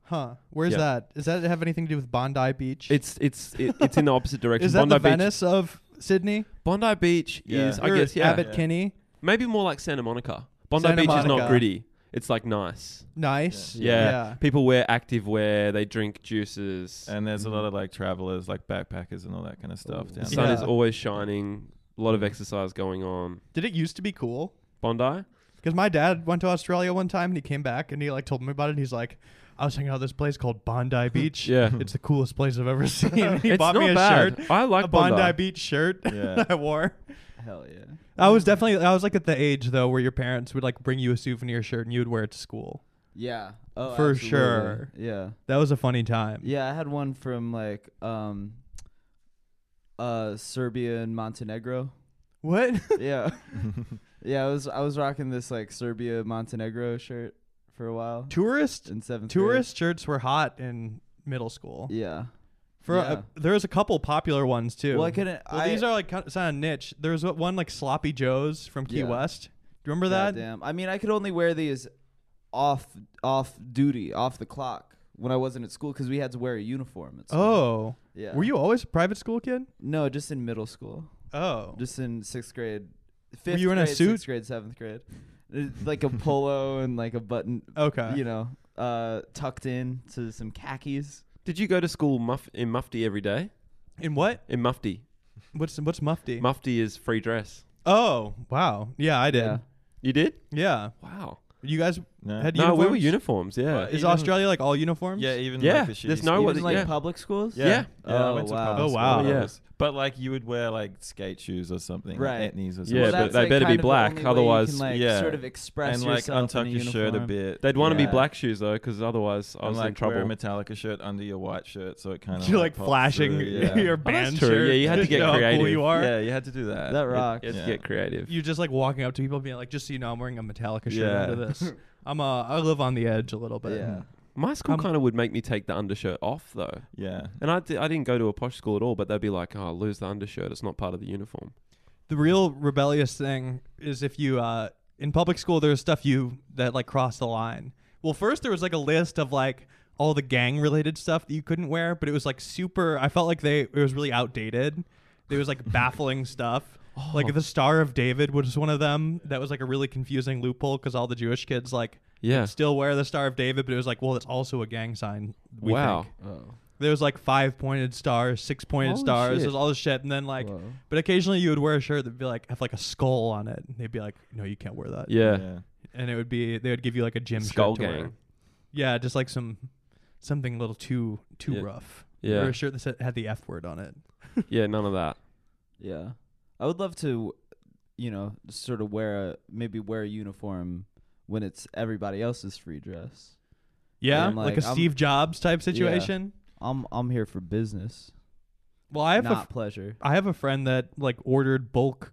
huh? Where's
Yeah.
that? Does that have anything to do with Bondi Beach?
It's it's it, it's in the opposite direction.
is that
Bondi
the
Beach.
Venice of Sydney?
Bondi Beach
Yeah.
is. I
Or
guess. Yeah.
Abbott
Yeah.
Kinney,
Maybe more like Santa Monica. Bondi
Santa
Beach is
Monica.
not gritty. It's like nice.
nice.
Yeah. People wear active wear. They drink juices.
And there's a lot of like travelers, like backpackers and all that kind of
Mm.
stuff
the
down
sun
there.
is
Yeah.
always shining. A lot of exercise going on.
Did it used to be cool?
Bondi.
Because my dad went to Australia one time and he came back and he like told me about it. And he's like, I was hanging out at this place called Bondi Beach.
Yeah.
it's the coolest place I've ever seen. And he
it's
bought
not
me a
bad.
shirt,
I like
a Bondi,
Bondi.
Beach shirt
Yeah.
that I wore.
Hell yeah.
I was definitely I was like at the age though where your parents would like bring you a souvenir shirt and you would wear it to school.
Yeah. Oh,
For
absolutely.
sure.
Yeah.
That was a funny time.
Yeah, I had one from like um uh Serbia and Montenegro.
What?
Yeah. yeah, I was I was rocking this like Serbia Montenegro shirt for a while
Tourist
in 7th grade.
tourist shirts were hot in middle school.
Yeah.
For
Yeah.
uh, there was a couple popular ones too.
Well, I couldn't
Well,
I,
these are like kind of, sound niche. There was one like Sloppy Joe's from Key
Yeah.
West. Do you remember that?
Damn. I mean, I could only wear these off off duty, off the clock when I wasn't at school cuz we had to wear a uniform at school.
Oh,
Yeah.
were you always a private school kid?
No, just in middle school.
Oh,
just in sixth grade. Fifth
Were you in a
grade,
suit?
Sixth grade, seventh grade, It's like a polo and like a button.
okay.
You know, uh, tucked in to some khakis.
Did you go to school muff in mufti every day?
In what?
In mufti.
What's what's mufti?
Mufti is free dress.
oh, wow. Yeah, I did.
Yeah.
Yeah.
You did? Wow.
You guys
No.
had
No, we were
uniforms?
uniforms. Yeah.
Right.
Is
Even-
Australia like all uniforms?
yeah, even
Yeah,
like the shitty
there's no
schools.
Oh,
Even
the-
like
yeah.
public schools.
Yeah.
Yeah.
I
Oh,
went to
wow.
public
Oh,
school
wow.
when I
Yeah.
was- But like you would wear like skate shoes or something,
Right.
Like etnies or something.
Yeah,
Well,
but
that's,
they
like,
better
kind
be
of the only
black,
way you
otherwise-
can, like,
Yeah.
sort of express
and like
yourself in
untuck your shirt a
uniform.
bit.
They'd want to
Yeah.
be black shoes though, because otherwise I
and
was
like
in trouble.
wear a Metallica shirt under your white shirt, so it kind of
You're like flashing your
Oh, that's
band
true.
shirt.
Yeah, you had to
to
get
know How cool
creative.
you are.
Yeah, you had to do that.
That
It-
rocks.
it's
Yeah.
get creative.
You just like walking up to people, being like, "Just so you know, I'm wearing a Metallica shirt
Yeah.
under this. I'm uh, I live on the edge a little bit.
yeah.
My school
Um,
kind of would make me take the undershirt off though,
yeah,
and I d- I didn't go to a posh school at all. But they'd be like, "Oh, lose the undershirt. It's not part of the uniform."
The real rebellious thing is if you uh, in public school, there's stuff you that like cross the line. Well, first there was like a list of like all the gang related stuff that you couldn't wear, but it was like super. I felt like they it was really outdated. There was like baffling stuff.
Oh.
Like the Star of David was one of them. That was like a really confusing loophole because all the Jewish kids like
Yeah.
still wear the Star of David, but it was like, well, it's also a gang sign. We
wow.
Think.
Oh.
There was like five pointed stars, six pointed
Holy
stars.
shit.
There's all this shit, and then like,
Whoa.
but occasionally you would wear a shirt that'd be like have like a skull on it, and they'd be like, no, you can't wear that.
Yeah.
And it would be they would give you like a gym
Skull
shirt to wear.
gang.
Yeah, just like some something a little too too
Yeah.
rough. Or
Yeah.
a shirt that said- had the F word on it.
yeah. None of that.
Yeah. I would love to, you know, sort of wear a maybe wear a uniform when it's everybody else's free dress.
Yeah,
I'm
like,
like,
a
I'm-
Steve Jobs type situation.
I'm I'm here for business,
Well, I have a
not pleasure.
I have a friend that like ordered bulk,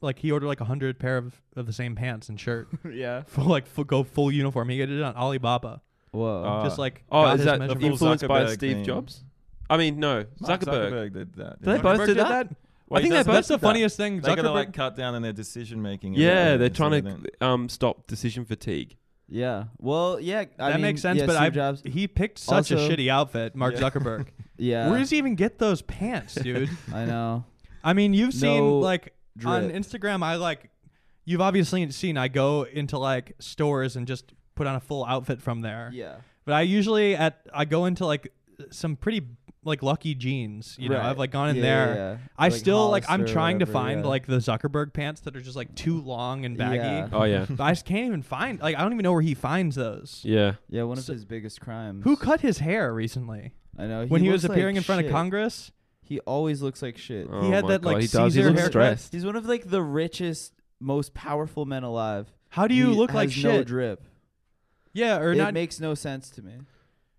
like he ordered like a hundred pair of, of the same pants and shirt,
yeah.
full like full, go full uniform. He did it on Alibaba,
Whoa.
Uh,
just like
Oh,
got
is
his
that
measurements.
full
influenced by
Zuckerberg
Steve
thing.
Jobs? I mean, no,
Mark
Zuckerberg.
did that.
Did they both
Zuckerberg
do
did
that? I think they both
that's the
did that.
funniest thing.
They're gonna
Zuckerberg-
like cut down on their decision making.
Yeah, they're trying to um, stop decision fatigue.
yeah. Well, yeah. I
that
mean,
makes sense,
yeah,
but
Steve
I
Jobs.
he picked such
Also-
a shitty outfit, Mark
Yeah.
Zuckerberg.
Yeah.
Where does he even get those pants, dude?
I know.
I mean, you've seen
No
like on
drip.
Instagram. I like you've obviously seen. I go into like stores and just put on a full outfit from there.
Yeah.
But I usually at I go into like some pretty like lucky jeans. You
Right.
know, I've like gone in
Yeah,
there.
yeah, yeah.
I
Like
still like I'm
Hollister or
trying
whatever,
to find
yeah.
like the Zuckerberg pants that are just like too long and baggy.
Yeah.
Oh yeah,
But I just can't even find like I don't even know where he finds those.
yeah.
Yeah. One of
So-
his biggest crimes.
Who cut his hair recently?
I know.
when he was
looks like
appearing in front
shit.
of Congress?
He always looks like shit.
Oh
He had
my
that, like,
God, he does. He
Caesar
looks
haircut.
stressed.
He's one of like the richest, most powerful men alive.
How do you
He
look like
has No
shit?
drip.
yeah, or
it
not
makes no sense to me.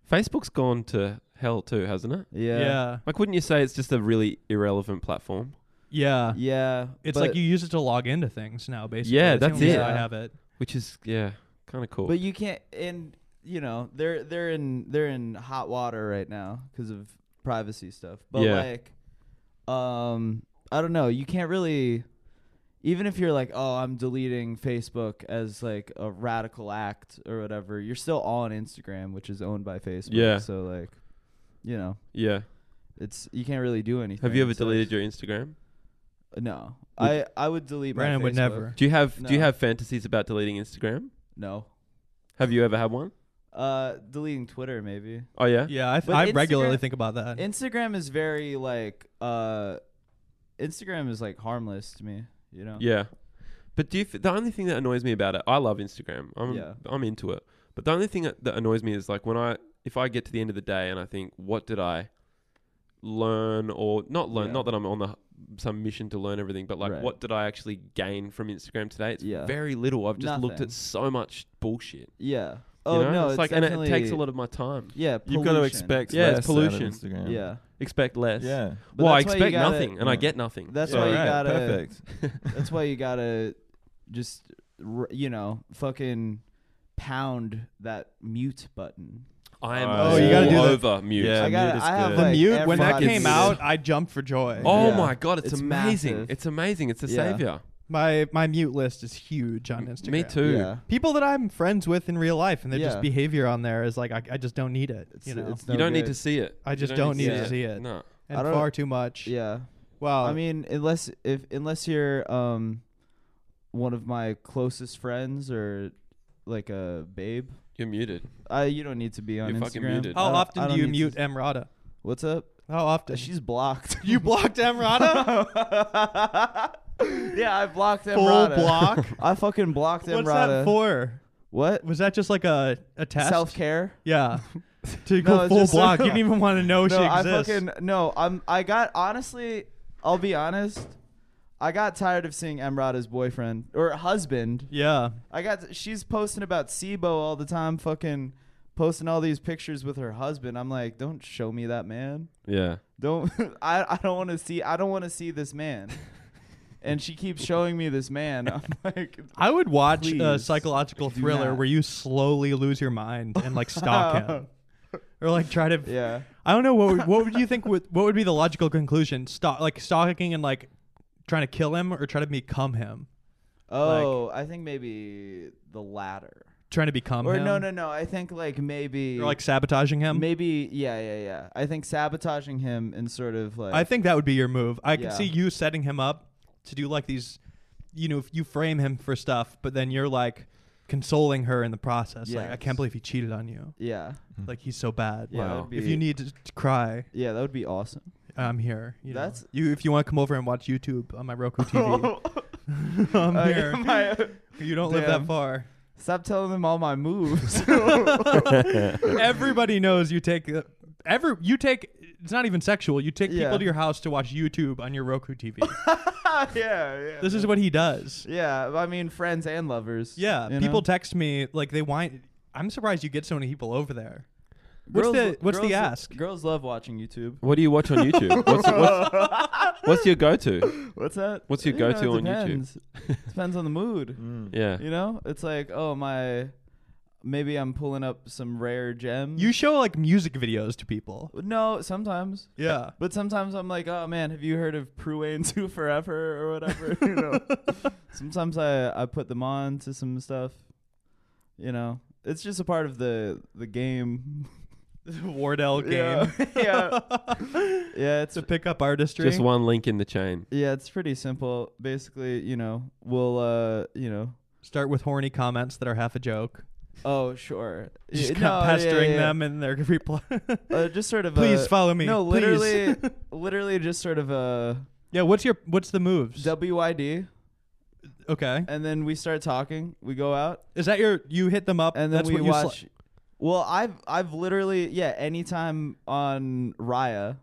Facebook's gone to hell too, hasn't it?
Yeah.
yeah. yeah.
Like, wouldn't you say it's just a really irrelevant platform?
Yeah.
Yeah,
It's
but-
like you use it to log into things now, basically.
Yeah,
the
that's
only reason
it.
I have it.
which is yeah, kind of cool.
But you can't, and you know they're they're in they're in hot water right now because of privacy stuff. But
Yeah.
like, um, I don't know. You can't really, even if you're like, oh, I'm deleting Facebook as like a radical act or whatever. You're still on Instagram, which is owned by Facebook.
Yeah.
So like, you know,
yeah.
it's you can't really do anything.
Have you ever
So
deleted your Instagram?
it's- No, I I would delete.
Brandon
my
would
Facebook.
never.
Do you have Do you
No.
have fantasies about deleting Instagram?
No.
Have you ever had one?
Uh, deleting Twitter maybe.
Oh yeah.
Yeah, I, th-
But
I
Instagram-
regularly think about that.
Instagram is very like uh Instagram is like harmless to me, you know.
Yeah. But do you f- the only thing that annoys me about it? I love Instagram. I'm
Yeah.
I'm into it. But the only thing that, that annoys me is like when I if I get to the end of the day and I think what did I learn or not learn?
Yeah.
Not that I'm on the some mission to learn everything, but like
Right.
what did I actually gain from Instagram today? It's
Yeah.
very little. I've just looked
Nothing.
at so much bullshit.
Yeah.
you
Oh
know?
no, it's,
like and
definitely,
it takes a lot of my time.
Yeah,
You've got to
pollution.
expect
Yeah, it's
less out of
pollution.
Instagram.
Yeah.
Expect less.
Yeah.
But
well, I
that's why you
expect
gotta-
nothing, and I
Yeah.
get nothing.
That's
Yeah,
why you
right,
gotta
Perfect.
That's why you got to just r- you know, fucking pound that mute button.
I am
Oh,
all
you gotta do that.
over mute.
Yeah,
I got
mute is
I have
good.
like
The
Mute, when that
everybody-
came out, I jumped for joy.
Oh
Yeah.
my god, it's,
It's
amazing!
massive.
It's amazing! It's a
Yeah.
savior.
My my mute list is huge on Instagram.
Me too.
Yeah.
People that I'm friends with in real life, and their
Yeah.
just behavior on there is like, I, I just don't need it.
It's,
you know,
it's no
You don't need
good.
to see it.
I
You
just don't
need to
see it.
No.
and
I don't-
far too much.
Yeah.
Wow.
I mean, unless if unless you're um one of my closest friends or like a babe,
You're muted.
I you don't need to be on
You're
Instagram.
fucking muted.
how
I don't- I
often do
don't
you
need to-
mute Emrata?
What's up?
How often?
She's blocked.
Uh, you blocked Emrata?
yeah, I blocked
Full
Emrata.
block.
I fucking blocked Emrata.
What's that for?
What?
Was that just like a a test?
Self care?
Yeah. to
No,
go
it's
full
just-
block. you didn't even want to know she
no, I
exists.
fucking no. I'm. I got honestly. I'll be honest. I got tired of seeing Emrata's boyfriend or husband.
yeah.
I got. She's posting about SIBO all the time. Fucking posting all these pictures with her husband. I'm like, don't show me that man.
Yeah.
Don't. I. I don't want to see. I don't want to see this man. and she keeps showing me this man. I'm like,
I would watch a
Please,
psychological
do
thriller
not.
where you slowly lose your mind and like stalk him. Or like try to
yeah.
I don't know what would, what would you think would what would be the logical conclusion? Stalk like stalking and like trying to kill him or try to become him.
Oh, I think maybe the latter.
Trying to become
Or
him.
no, no, no. I think like maybe.
Or like sabotaging him.
Maybe yeah, yeah, yeah. I think sabotaging him and sort of like
I think that would be your move. I
Yeah.
can see you setting him up to do like these, you know, if you frame him for stuff, but then you're like consoling her in the process. Like, I
Yes.
can't believe he cheated on you.
yeah,
Like, he's so bad.
yeah.
Wow.
That'd be,
If you need to, to cry,
yeah, that would be awesome.
I'm here. You know?
That's-
you. If you want to come over and watch YouTube on my Roku TV, I'm
Uh,
here.
my-
you don't live
Damn.
that far.
stop telling them all my moves.
Everybody knows you take uh, every you take. It's not even sexual. You take
Yeah.
people to your house to watch YouTube on your Roku TV.
yeah, yeah.
this is what he does.
yeah, I mean friends and lovers.
Yeah,
you
people
know?
text me like they want. I'm surprised you get so many people over there. What's the What's
girls
the
lo-
ask?
girls love watching YouTube.
What do you watch on YouTube? what's, what's, what's your go-to?
What's that?
What's your
You know, it
go-to on YouTube?
depends. depends on the mood.
Yeah.
You know, it's like oh my, maybe I'm pulling up some rare gems.
You show like music videos to people.
no, sometimes.
Yeah,
But sometimes I'm like, oh man, have you heard of Pruane 2 Forever or whatever? you know. Sometimes I, I put them on to some stuff. You know. It's just a part of the the game.
Wardell game.
Yeah. yeah. Yeah, it's
It's a pickup artistry.
Just one link in the chain.
yeah, it's pretty simple. Basically, you know, we'll uh you know
Start with horny comments that are half a joke.
Oh sure.
Just
Yeah,
keep
no, yeah,
pestering
yeah.
them and their reply.
Uh, just sort of
Please
a,
follow me.
No,
please.
literally literally just sort of uh, a
yeah. What's your What's the moves?
WYD
okay.
and then we start talking. We go out
Is that your? You hit them up
and then
that's
we
what you sli-
watch. well, I've I've literally yeah. Anytime on Raya,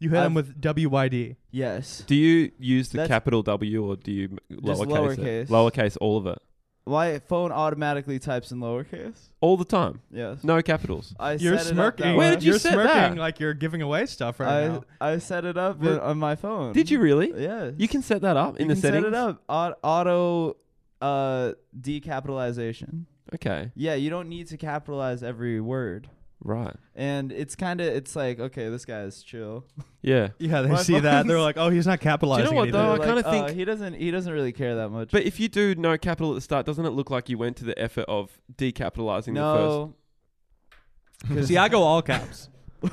you hit them
I've-
with WYD.
yes,
Do you use the
That's-
capital W or do you m-
Just
lowercase?
lowercase.
it? Lowercase all of it.
My phone automatically types in lowercase.
all the time.
Yes.
No capitals.
I
You're
set it up that
smirking.
way.
Where did you
are
set
smirking
that?
like you're giving away stuff right now.
I, I set it up
Where-
in- on my phone.
Did you really?
Yeah.
You can set that up in
You
the
can
settings.
set it up. Au- Auto uh, decapitalization.
Okay,
Yeah, you don't need to capitalize every word.
right.
And it's kind of it's like okay, this guy is chill.
Yeah,
Yeah, they
My
see that. They're
phone's-
like, oh, he's not capitalizing
what,
anything.
though? Oh, I
They're like,
kinda
"Uh,
think-
he doesn't he doesn't really care that much.
but if you do no capital at the start, doesn't it look like you went to the effort of decapitalizing the first?
no,
See, I go all caps.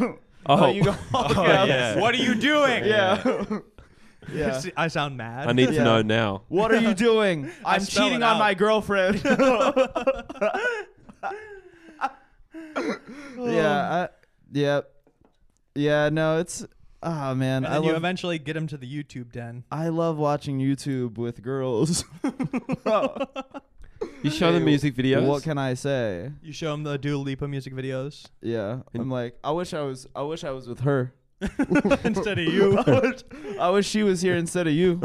Oh,
you go all
Oh,
caps.
yeah.
what are you doing?
Yeah. yeah.
See, I sound mad.
I need
Yeah.
to know now.
What are you doing?
I
I'm
spell
cheating
it
on
out.
my girlfriend.
Oh.
yeah. I, yep. Yeah. No, it's. Ah, man.
and
I
then you
love,
eventually get him to the YouTube den.
I love watching YouTube with girls.
You show the
Hey,
music videos.
What can I say?
You show him the Dua Lipa music videos
Yeah. I'm like, I wish I was. I wish I was with her.
instead of you.
I wish she was here instead of you.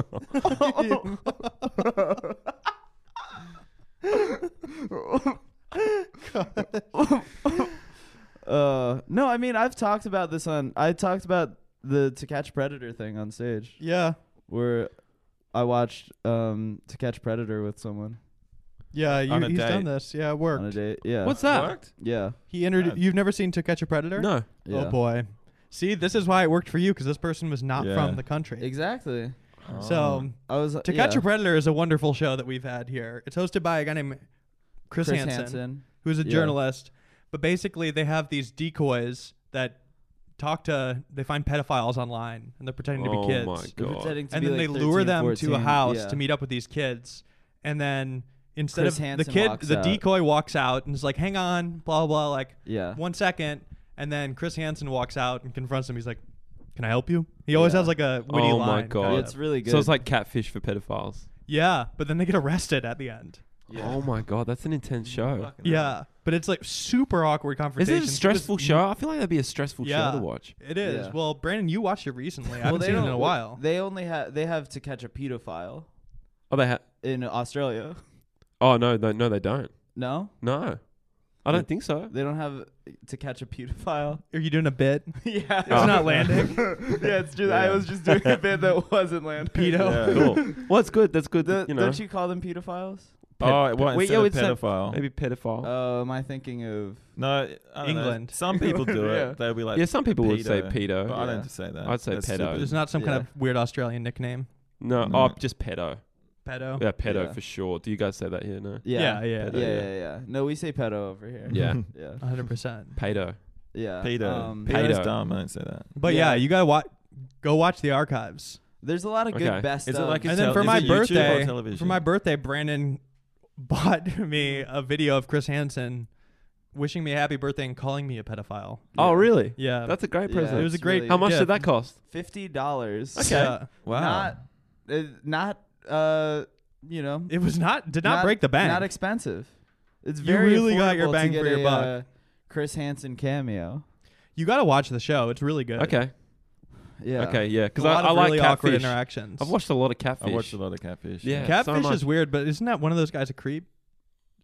uh, no, I mean I've talked about this on. I talked about the To Catch Predator thing on stage,
yeah,
where I watched um, To Catch Predator with someone
yeah. You,
On a
he's done
date.
this. Yeah, it
on a
worked.
date. Yeah.
What's that?
Worked?
yeah.
He entered.
Uh,
You've never seen To Catch a Predator?
No.
Yeah.
Oh boy. See, this is why it worked for you because this person was not
Yeah.
from the country.
Exactly.
Mm. Oh,
So,
I was
To
yeah.
Catch a Predator is a wonderful show that we've had here. It's hosted by a guy named Chris, Hansen, who's a
Yeah.
journalist. But basically, they have these decoys that talk to. They find pedophiles online and they're pretending to
Oh
be kids.
my
They're
God.
pretending to
and
be,
then they
like,
lure
13,
them to a
14.
house
Yeah.
to meet up with these kids and then instead
Chris
of the
Hansen
kid
walks
the
out.
decoy walks out and is like hang on blah blah blah like
Yeah.
one second and then chris hansen walks out and confronts him he's like can i help you he always
Yeah.
has like a witty
Oh my
line
God.
kind
Yeah,
of.
it's really good.
So it's like catfish for pedophiles.
yeah but then they get arrested at the end
Oh my god, that's an intense
Mm,
show.
Fucking hell.
yeah but it's like super awkward
Is
conversation
it a stressful show? I feel like that'd be a stressful
Yeah.
show to watch.
it is
Yeah.
well brandon you watched it recently i
Well,
haven't
they
seen it in
don't-
a while
They only have they have to catch a pedophile
Oh, they ha-
in Australia.
Oh no, no, no, they don't.
No,
No, I
Mm.
don't think so.
they don't have to catch a pedophile.
are you doing a bit
yeah,
it's not landing
yeah, it's just I
Yeah.
was just doing a bit that wasn't landing.
pedo
Yeah.
Cool. Well, it's good. That's good.
The,
that, you know,
Don't you call them pedophiles?
Oh, what,
Wait,
instead
yo,
of
it's a-
pedophile?
maybe pedophile.
Oh, am I thinking of?
no, I don't know.
England.
Some people do it.
Yeah.
They'll be like,
yeah, some people would say
pedo.
pedo.
But I
Yeah.
don't say that.
I'd say
That's
pedo.
stupid.
there's not some kind
Yeah.
of weird australian nickname
No,
No.
oh, just pedo.
pedo
Yeah, pedo
Oh, Yeah.
for sure. Do you guys say that here? No,
Yeah,
Yeah,
yeah.
yeah, yeah,
Pedo,
yeah, yeah. No, we say pedo over here.
Yeah.
yeah,
hundred percent.
pedo.
yeah.
Pedo.
Um,
Pedo.
Pedo's dumb. I don't say that.
But yeah,
Yeah.
you gotta watch. Go watch the archives.
There's a lot of good
Okay.
best.
Is it
of.
like a
and then
tel-
for
is
my
it YouTube or
birthday,
television?
for my birthday, Brandon bought me a video of Chris Hansen wishing me a happy birthday and calling me a pedophile.
Oh, really?
Yeah,
That's a great
Yeah.
it
present.
was a
it's
great.
really-
How much
gift.
did that cost?
fifty dollars?
Yeah.
Wow.
Not, uh, not, uh, you know,
It was not did not, break the bank.
Not expensive. It's
You
very
really got
affordable
your
to
bang
get
for your
a,
buck.
uh, Chris Hansen cameo.
you gotta watch the show. It's really good.
Okay,
Yeah.
okay, yeah. Because
A
I,
lot
I
of
like
really awkward
catfish.
interactions.
I've watched a lot of catfish.
I watched a lot of catfish.
Yeah. so
catfish
much.
is weird, but isn't that one of those guys a creep?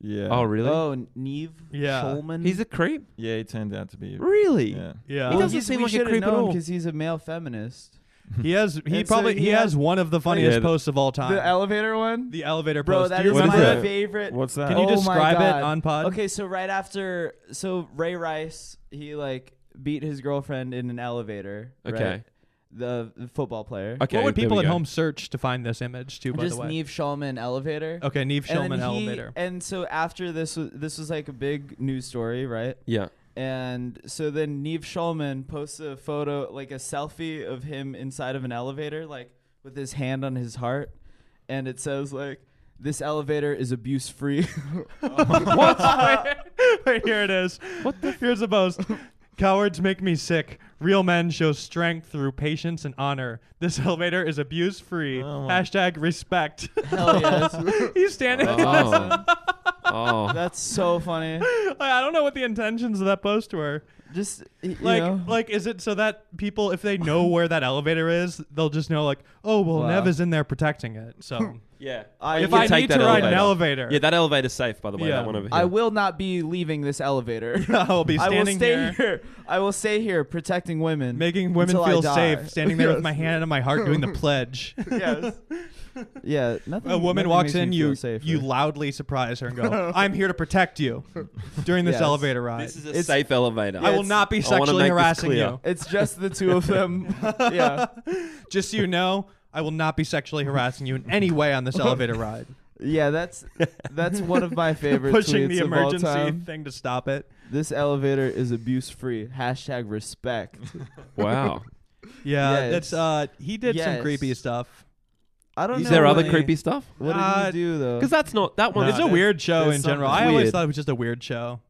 Yeah.
Oh, really?
Oh, Neve
Yeah.
Schulman.
He's a creep.
Yeah, he turned out to be.
Really?
Yeah.
mm. Yeah,
He doesn't
he's-
seem
we
like a
should've
creep at
known
all.
Because he's a male feminist.
he has. He
And so
probably
he
he has
has-
one of the funniest
Yeah, the-
posts of all time.
The
The,
elevator one.
elevator
Bro,
post. Do
that
you
is
What is
remember
my
that?
it?
favorite.
What's that?
Can you
Oh my
describe
God.
it on pod?
Okay, so right after, so Ray Rice, he like beat his girlfriend in an elevator. right?
Okay.
The the football player.
Okay.
what would
there
people
we
at
go.
home search to find this image too? By
Just
the way,
Neve Schulman elevator.
okay, Neve
And
Schulman
then he-
elevator.
And so after this, was, this was like a big news story, right?
Yeah.
And so then Neve Schulman posts a photo, like a selfie of him inside of an elevator, like with his hand on his heart, and it says like, "This elevator is abuse free."
what? Wait, here it is. What the? Here's the post. Cowards make me sick. Real men show strength through patience and honor. This elevator is abuse free.
Oh my-
Hashtag respect.
Hell yes,
He's standing.
Oh. oh.
that's so funny.
Like, I don't know what the intentions of that post were.
Just y- you
Like,
know.
like, is it so that people, if they know where that elevator is, they'll just know, like, oh, well,
Wow. Hmm.
Nev is in there protecting it. So
Yeah.
I
You
if
can
I
take
need
that
to ride an
elevator.
elevator,
Yeah, that elevator's safe, by the way.
Yeah.
That one over here.
I will not be leaving this elevator.
I will be
I will
standing
stay
here,
I will stay here protecting women.
making women
Until I
feel
die.
safe, standing there with my
Yes.
hand on my heart, doing the pledge.
yes. Yeah, nothing.
A woman
nothing
walks
makes me
in,
feel
you
safer.
you loudly surprise her and go, "I'm here to protect you during this
Yes.
elevator ride.
This is a
It's-
safe elevator.
I will
it's-
not be
I wanna
sexually
make this
harassing
clear.
you.
It's just the two of them. yeah.
Just so you know, I will not be sexually harassing you in any way on this elevator ride.
Yeah, that's that's one of my favorite
Pushing
tweets
the
of all
emergency
time.
thing to stop it.
This elevator is abuse free. Hashtag respect.
Wow.
Yeah,
Yes.
that's uh he did some
Yes.
creepy stuff.
I don't
Is
know.
there other
what-
creepy stuff?
What did
Uh,
he do though?
Because that's not that one.
No,
it's a
there's-
weird show
there's
in general.
something
I always
weird.
thought it was just a weird show.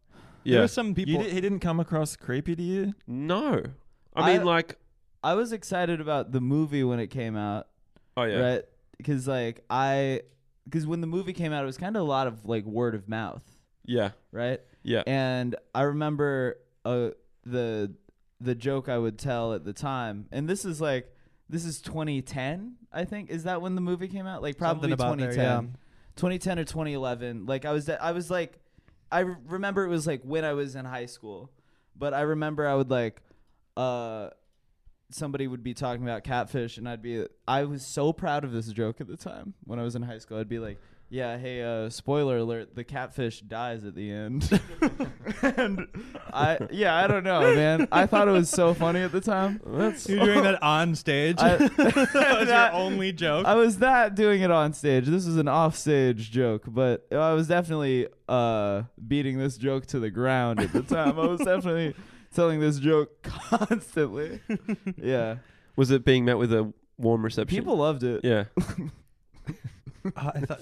There
yeah.
was some
You
people
di- he didn't come across creepy to you?
No. I mean,
I-
like.
I was excited about the movie when it came out,
Oh yeah.
right? Because like I, because when the movie came out, it was kind of a lot of like word of mouth,
Yeah.
right?
Yeah.
And I remember uh, the the joke I would tell at the time, and this is like this is 2010, I think. Is that when the movie came out? Like probably
something about
2010,
there, yeah.
2010 or 2011. Like I was, I was like, I re- remember it was like when I was in high school, but I remember I would like, uh. Somebody would be talking about catfish, and I'd be. I was so proud of this joke at the time when I was in high school. I'd be like, "Yeah, hey, uh, spoiler alert: the catfish dies at the end." and I yeah, I don't know, man. I thought it was so funny at the time.
That's
You're doing that on stage.
I,
that was
that-
your only joke.
I was not doing it on stage. This was an off-stage joke, but I was definitely uh, beating this joke to the ground at the time. I was definitely telling this joke constantly. Yeah,
was it being met with a warm reception?
people loved it.
Yeah.
Uh, I thought,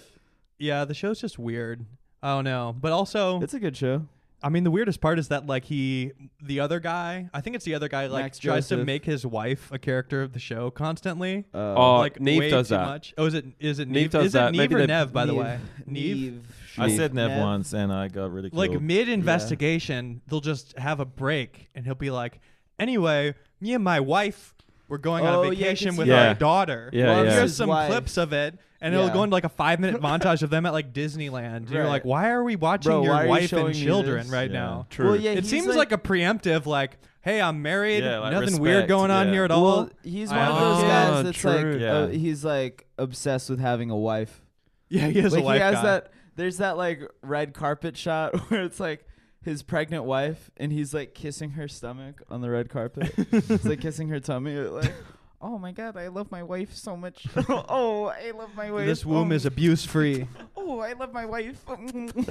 yeah, the show's just weird. I don't know, but also,
It's a good show.
I mean, the weirdest part is that like he, the other guy, I think it's the other guy, like
Max
tries to
Joseph.
make his wife a character of the show constantly.
Uh,
Oh,
like
Neve
way
does
too
that.
much. Oh, is it is it
Neve
Neve?
does
is
that.
it Neve
Maybe
or
they-
Neve? By the
Neve-
way, Neve.
Neve.
I said Nev,
Nev.
once and I got ridiculed.
Like mid investigation, they'll just have a break, and he'll be like, "Anyway, me and my wife." We're going
Oh,
on
yeah,
a
I can
vacation
see
with
that.
our daughter.
Yeah, Loves yeah.
Here's
his
some
wife.
clips of it, and
Yeah.
it'll go into like a five minute montage of them at like Disneyland. And You're
Right.
like, why are we watching
Bro, why are
your
you
wife
showing me
and children
this?
right
Yeah.
now?
True.
Well, yeah,
it
he's
seems
like,
like, a preemptive, like, hey, I'm married.
Yeah, like,
nothing weird
respect,
going on
yeah.
here at all.
Well, he's
I
one of
don't
those
know.
guys
Ah,
that's
true.
like uh,
Yeah.
he's like obsessed with having a wife.
yeah, he has
like
a wife.
he has
guy.
that. There's that like red carpet shot where it's like his pregnant wife and he's like kissing her stomach on the red carpet. it's like kissing her tummy. Like, oh my god, I love my wife so much. oh, I love my wife.
This womb
Oh,
is abuse free.
Oh, I love my wife.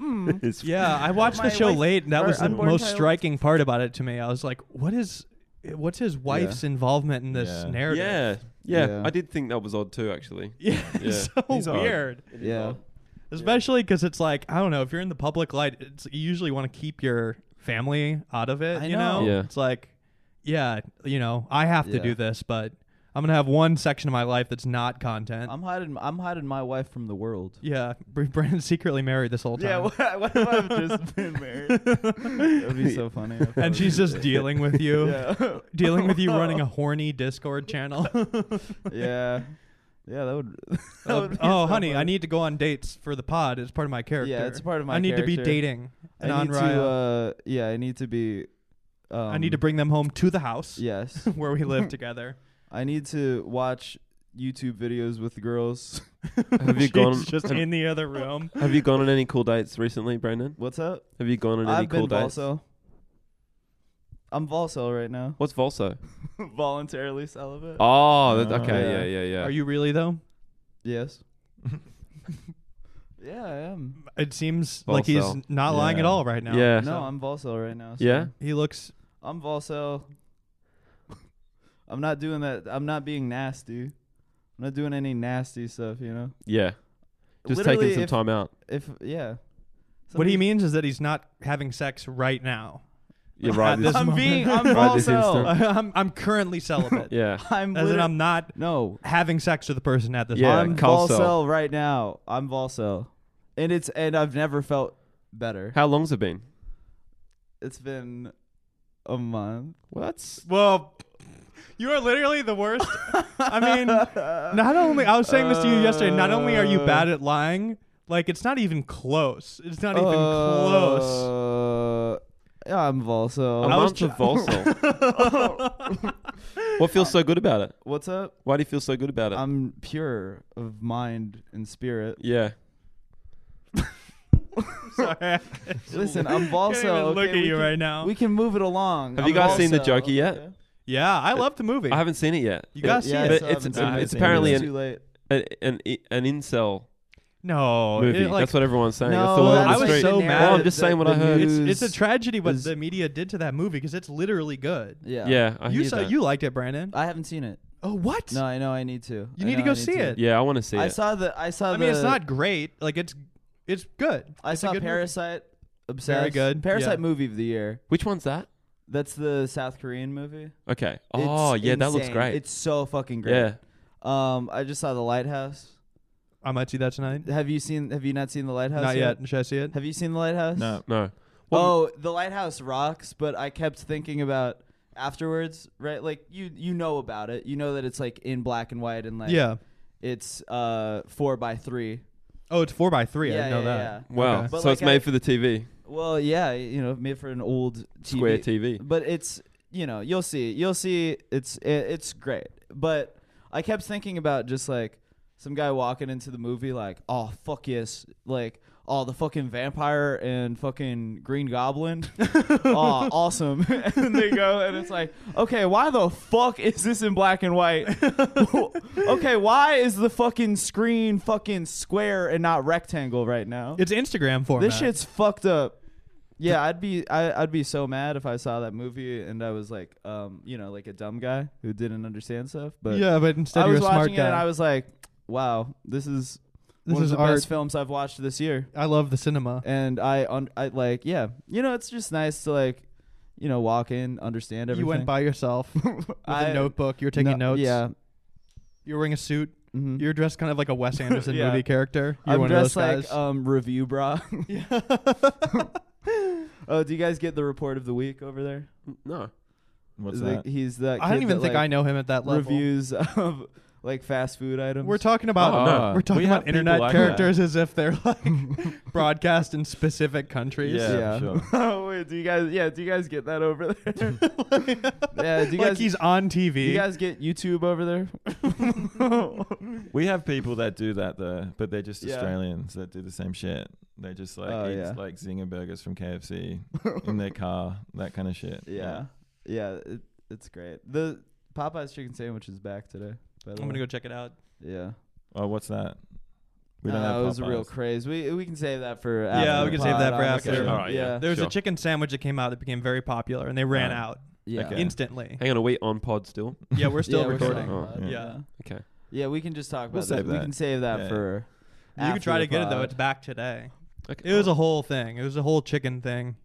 Mm.
It's-
yeah, I watched
My
the show
wife-
late, and that
our
was the
unborn
most
child.
striking part about it to me. I was like, what is, what's his wife's involvement in this
Yeah.
narrative?
yeah. Yeah.
Yeah.
I did think that was odd too, actually.
Yeah, it's so
He's odd.
weird.
yeah.
Especially because it's like, I don't know, if you're in the public light, it's, you usually want to keep your family out of it,
I
you
know.
know?
Yeah.
It's like, yeah, you know, I have to
Yeah.
do this, but I'm going to have one section of my life that's not content.
I'm hiding. I'm hiding my wife from the world.
yeah, Br- Brandon's secretly married this whole time.
Yeah, what, what if I've just been married? That'd be so funny. if I
and
was-
she's just dealing with you,
yeah.
dealing with you running a horny Discord channel.
yeah, yeah. That would. that would be
oh,
so
honey, I
funny.
need to go on dates for the pod. It's part of my character.
Yeah, it's part of my.
I need to be
character.
dating.
I
non
need to. Uh, yeah, I need to be. Um,
I need to bring them home to the house
Yes,
where we live together.
I need to watch YouTube videos with girls.
Have you
She's
gone?
just
have,
in the other room.
have you gone on any cool dates recently, Brandon?
What's up?
Have you gone on any
I've
cool
been
dates?
Volso. I'm Volso right now,
What's Volso?
voluntarily celibate.
Oh, that,
Oh.
okay. Yeah,
Uh, Yeah.
yeah, yeah.
Are you really though?
Yes. yeah, I am.
It seems
False
like he's
though.
not lying
Yeah.
at all right now.
Yeah.
No, I'm Volso right now. so-
Yeah.
He looks
I'm Volso. I'm not doing that. I'm not being nasty. I'm not doing any nasty stuff, you know?
Yeah. Just
Literally,
taking some
if-
time out.
If, yeah.
what he
Somebody-
means is that he's not having sex right now.
You're
At
right.
this
this-
I'm
moment.
being, I'm
Right this
Volso.
instant.
I'm I'm currently celibate.
Yeah.
I'm
As in
liter-
I'm not
No.
having sex with the person at this
Yeah,
moment.
I'm
Volso.
Volso right now. I'm Volso. And it's, and I've never felt better.
How long's it been?
It's been a month.
Well, that's
Well, You are literally the worst. I mean, not only I was saying this to you yesterday. Not only are you bad at lying, like it's not even close. It's not even close.
Uh, yeah, I'm Volso.
A
I was
month of Volsol. what feels so good about it?
What's up?
Why do you feel so good about it?
I'm pure of mind and spirit.
yeah.
Sorry,
Listen, I'm
I can't
Volso.
even look
okay,
at
we
you
can-
right now.
We can move it along.
Have
I'm
you guys seen the
Volso.
Joker yet?
yeah, I love the movie.
I haven't seen it yet.
You
It-
gotta see
Yeah,
it.
But
I still
it's-
haven't
um,
seen it.
it's apparently
It's
an-
too late.
a- an an incel
No,
movie.
it, like,
that's what everyone's saying.
No,
that's the word on
I
the
was
street.
so mad
Well, I'm
at
just
the-
saying what
the
I heard.
news.
it's, it's a tragedy what
is-
the media did to that movie because it's literally good.
Yeah.
Yeah, I
you
hear
saw
that.
you liked it, Brandon.
I haven't seen it.
Oh, what?
No, I know I need to.
You
I
need to
know
go
I
see
to.
it.
Yeah, I want to see
I
it.
saw the. I saw.
I
the,
mean, it's not great. Like it's it's good.
I
It's a
saw
good movie.
Parasite. Obsessed.
good,
Parasite
yeah.
movie of the year.
Which one's that?
That's the South Korean movie.
Okay. Oh,
It's
yeah, that looks
insane.
great.
It's so fucking great.
yeah.
Um, I just saw The Lighthouse.
I might see that tonight.
Have you seen? Have you not seen The Lighthouse?
Not yet. Should I see it?
Have you seen The Lighthouse?
No.
No. What-
Oh, The Lighthouse rocks. But I kept thinking about afterwards, right? Like you, you know about it. You know that it's like in black and white and like
yeah.
it's uh four by three.
Oh, it's four by three. I
yeah,
didn't know
yeah,
that.
yeah.
Wow.
Okay.
So
But
it's
like
made
I-
for the TV,
Well, yeah, you know, made for an old TV.
square TV.
But it's you know you'll see you'll see it's i- it's great. But I kept thinking about just like some guy walking into the movie like oh fuck yes like oh the fucking vampire and fucking Green Goblin oh awesome and they go and it's like okay why the fuck is this in black and white okay why is the fucking screen fucking square and not rectangle right now
It's Instagram format.
this shit's fucked up. Yeah, I'd be I, I'd be so mad if I saw that movie and I was like, um, you know, like a dumb guy who didn't understand stuff. But
yeah, but instead
I
you're
was
a smart
watching it
guy.
and I was like, wow, this is
This
one
is
of the
art.
best films I've watched this year.
I love the cinema.
And I un- I like yeah, you know, it's just nice to like, you know, walk in, understand everything.
You went by yourself with a
I-
notebook. You were taking
No-
notes.
Yeah.
You were wearing a suit.
mhm.
You were dressed kind of like a Wes Anderson
Yeah.
movie character. You were
I'm
one of
dressed
those guys.
like um review bra. oh, do you guys get the report of the week over there?
No.
What's
The-
that?
He's the.
I don't even think I know him at that level.
reviews of like fast food items.
We're talking about
Oh, no.
we're talking
We have
about
people
internet
like that.
characters as if they're like broadcast in specific countries.
yeah.
Yeah, for
oh wait, do you guys? Yeah, do you guys get that over there? yeah, do you
like
guys?
he's on
do
TV.
you guys get YouTube over there?
We have people that do that though, but they're just
Yeah.
Australians that do the same shit. They just like
Oh,
eat
yeah.
like zinger burgers from KFC in their car, that kind of shit.
yeah, yeah, it, it's great. The Popeyes chicken sandwich is back today. By the
I'm gonna
way.
go check it out.
Yeah,
Oh, what's that?
we
don't have
it was a real
Popeyes.
craze. We we can save that for
Yeah,
after
we
the
can save
pod,
that for after.
honestly.
Alright,
yeah,
yeah.
There was a
Sure.
chicken sandwich that came out that became very popular, and they ran
Uh,
out
yeah.
Okay.
instantly.
Hang on, are we on pod still?
Yeah, we're still
Yeah, we're still
recording.
Oh,
on pod,
yeah.
Yeah.
Okay.
Yeah, we can just talk
We'll
about
save
that. We
that.
can save that
Yeah.
for.
You
after
could try
the
to get it though.
pod.
It's back today.
okay. Oh,
It was a whole thing. It was a whole chicken thing.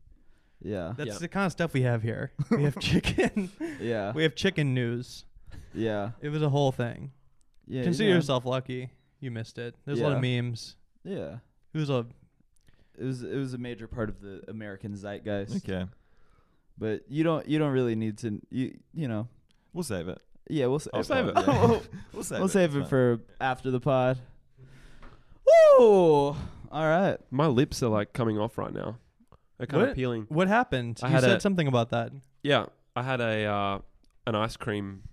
yeah,
That's
Yeah.
the kind of stuff we have here. We have chicken.
yeah,
we have chicken news.
yeah,
It was a whole thing.
yeah. you
Consider
know.
yourself lucky. You missed it. There's a lot of memes.
Yeah.
It was a
it was it was a major part of the American zeitgeist.
Okay.
But you don't you don't really need to you you know
We'll save it.
yeah we'll save,
I'll save it. Oh, We'll save
we'll
it.
save
It's
it
fine.
for after the pod. Woo! All right.
My lips are like coming off right now. They're kind
What?
of peeling.
what happened?
I
you
had
said
a-
something about that.
Yeah, I had a uh, an ice cream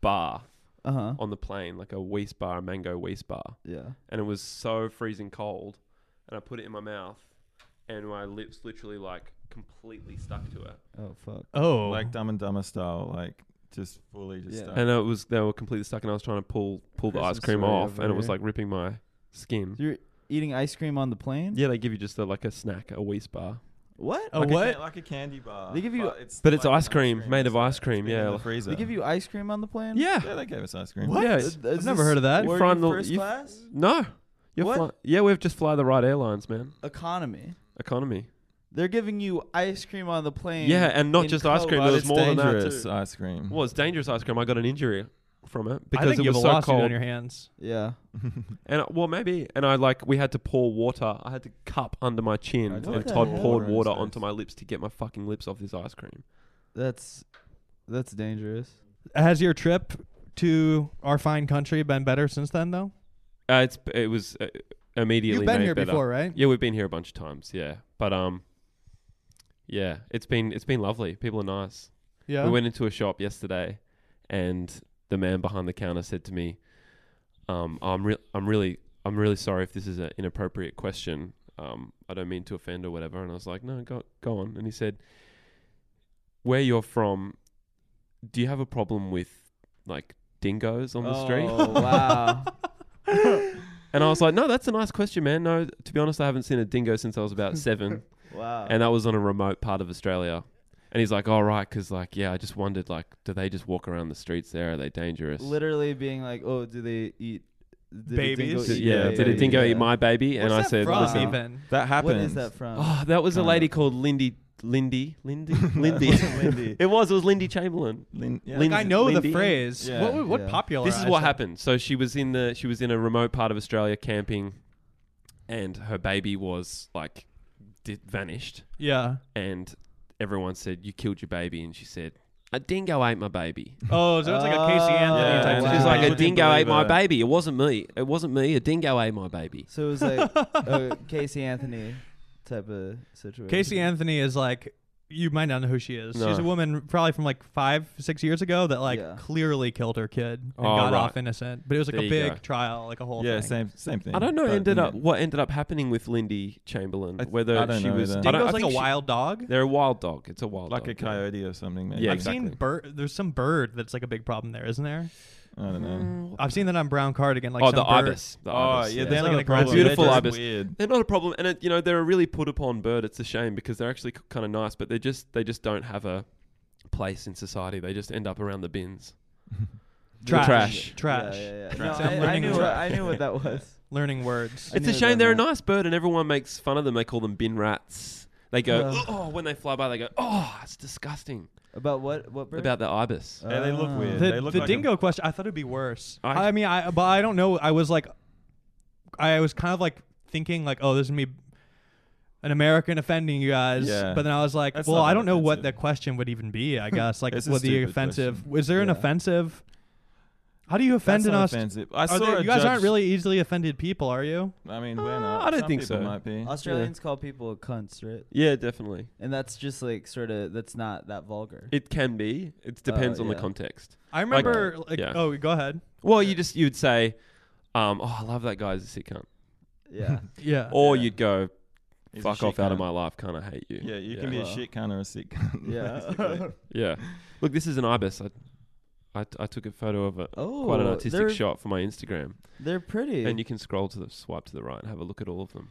bar
Uh huh.
on the plane, like a Weiss bar, a mango Weiss bar,
Yeah.
and it was so freezing cold. And I put it in my mouth, and my lips literally like completely stuck to it.
Oh fuck.
Oh,
Like Dumb and Dumber style, like just fully just
Yeah.
stuck.
And it was they were completely stuck, and I was trying to pull pull the ice
Christmas
cream
story
off,
over
and it was
here.
like ripping my skin.
You're eating ice cream on the plane?
Yeah, they give you just a, like a snack, a Weiss bar.
What?
a
like A,
what?
ca- like a candy bar.
They give you-
but it's,
But it's
like an
ice cream, made of
It's, like,
ice cream,
it's been in
yeah.
the freezer.
They give you ice cream on the plane?
Yeah.
Yeah, they gave us ice cream.
Yeah.
Is-
it's-
is
I've never
this-
heard of that.
You
were
fry
you
the-
first
you-
class?
No. You're
What?
fly- yeah, we have just fly the right airlines, man.
Economy.
Economy.
They're giving you ice cream on the plane.
Yeah, and not
in
just ice cream.
Coke.
But
There was
it's
more than that
dangerous
too.
ice cream.
Well, it's dangerous ice cream. I got an injury from it
I
because
think
it
you have
was
a
so
lawsuit
cold.
on your hands.
Yeah.
And I- well, maybe. And I like we had to pour water. I had to cup under my chin,
What
and
the
Todd
hell?
poured water
Water
onto
inside.
my lips to get my fucking lips off this ice cream.
That's that's dangerous.
Has your trip to our fine country been better since then, though?
Uh, it's it was uh, immediately.
You've been
made
here
better.
before, right?
Yeah, we've been here a bunch of times. Yeah, but um, yeah, it's been it's been lovely. People are nice.
Yeah.
We went into a shop yesterday, and the man behind the counter said to me, um, "I'm re- I'm really I'm really sorry if this is an inappropriate question. Um, I don't mean to offend or whatever." And I was like, "No, go go on." And he said, "Where you're from, do you have a problem with like dingoes on the street?"
Oh wow.
And I was like, "No, that's a nice question, man. No, to be honest, I haven't seen a dingo since I was about seven,
Wow.
and that was on a remote part of Australia." And he's like, "All right, because like, yeah, I just wondered, like, do they just walk around the streets there? Are they dangerous?"
literally being like, "Oh, do they eat did the
Babies?
dingo
Did-
eat-
yeah,
yeah,
did a
yeah,
dingo
yeah.
eat my baby? And
What's
I
that
said,
from,
"Listen,
even?
That happens.
What is that from?
oh, that was a
Kinda.
lady called Lindy, Lindy, Lindy, Lindy.
Lindy.
it was, it was Lindy Chamberlain.
Lin- yeah.
Lin-
Like, I know
Lindy?
the phrase.
Yeah,
what what
yeah.
popular?
this is what happened. So she was in the she was in a remote part of Australia camping, and her baby was like, di vanished.
Yeah.
and everyone said you killed your baby, and she said a dingo ate my baby.
Oh, so it's like a Casey
Oh,
Anthony
Yeah,
type
and
Uh, She's
wow.
like a
Wouldn't
dingo ate
believe
my
it.
baby. It wasn't me. It wasn't me. A dingo ate my baby.
So it was like a Casey Anthony type of situation.
Casey Anthony is like you might not know who she is.
No.
She's a woman probably from like five, six years ago that like
Yeah.
clearly killed her kid and
Oh,
got
right.
off innocent. But it was like
There
a
you
big
go.
trial, like a whole
Yeah,
thing.
same same thing.
I don't know.
but,
Ended
you
up what ended up happening with Lindy Chamberlain?
I-
whether
I don't
she
know
was
either.
I don't- I
Dingo's like a
think she-
wild dog.
They're a wild dog. It's a wild
like
dog.
a coyote or something. Maybe.
Yeah,
I've
exactly.
seen bird. There's some bird that's like a big problem there, isn't there?
I don't know.
I've seen that on Brown Cardigan. Like
oh,
some
the
bird-
ibis. The
Oh
Mm. ibis,
yeah,
It's
they're
like
not
an
a problem.
aggressive-
Beautiful
Beautiful they're
ibis.
just weird.
They're not a problem, and it, you know they're a really put upon bird. It's a shame because they're actually kind of nice, but they just they just don't have a place in society. They just end up around the bins.
Trash.
trash.
Trash.
Yeah, yeah, yeah.
Trash.
No,
I'm
I, I
learning
knew
the
what, I
trash.
knew what that was.
Learning words.
I
It's a
knew
shame
about
they're a
that.
nice bird, and everyone makes fun of them. They call them bin rats. They go,
Ugh.
oh, when they fly by, they go, oh, it's disgusting.
About what? What bird?
About the ibis.
Yeah, they look
Ah.
weird.
the
they look
the
like a-
dingo question. I thought it'd be worse. I,
I-
mean, I but I don't know. I was like, I was kind of like thinking like, oh, this is me, an American offending you guys.
Yeah.
But then I was like,
That's
well,
not
I
that
don't know what
offensive.
the question would even be. I guess like
It's a
what the
stupid
offensive. Is there an
Yeah.
offensive? How do you offend
That's
an
not
Aust-
offensive. I
Are
saw
there,
a
you guys aren't
judge-
really easily offended people, are you?
I mean, we're
Uh,
not.
I don't
Some
think
people
so.
Might be.
Australians call people cunts, right?
Yeah, definitely.
And that's just like sort of that's not that vulgar.
It can be.
Uh,
It depends on the
yeah.
context.
I remember. Like,
yeah.
Oh, go ahead.
Well, you just you'd say, um, oh, I love that guy. He's a sick cunt.
yeah.
Yeah.
Or
Uh, Yeah.
you'd go,
He's a
fuck
shit
off out of
cunt.
my life. Kind of hate you.
Yeah, you
yeah.
can be a
Wow.
shit cunt or a sick cunt.
Yeah.
basically.
Yeah. Look, this is an ibis. I, I, I took a photo of it.
oh,
Quite an artistic
they're,
shot for my Instagram,
They're pretty.
and you can scroll to the swipe to the right and have a look at all of them.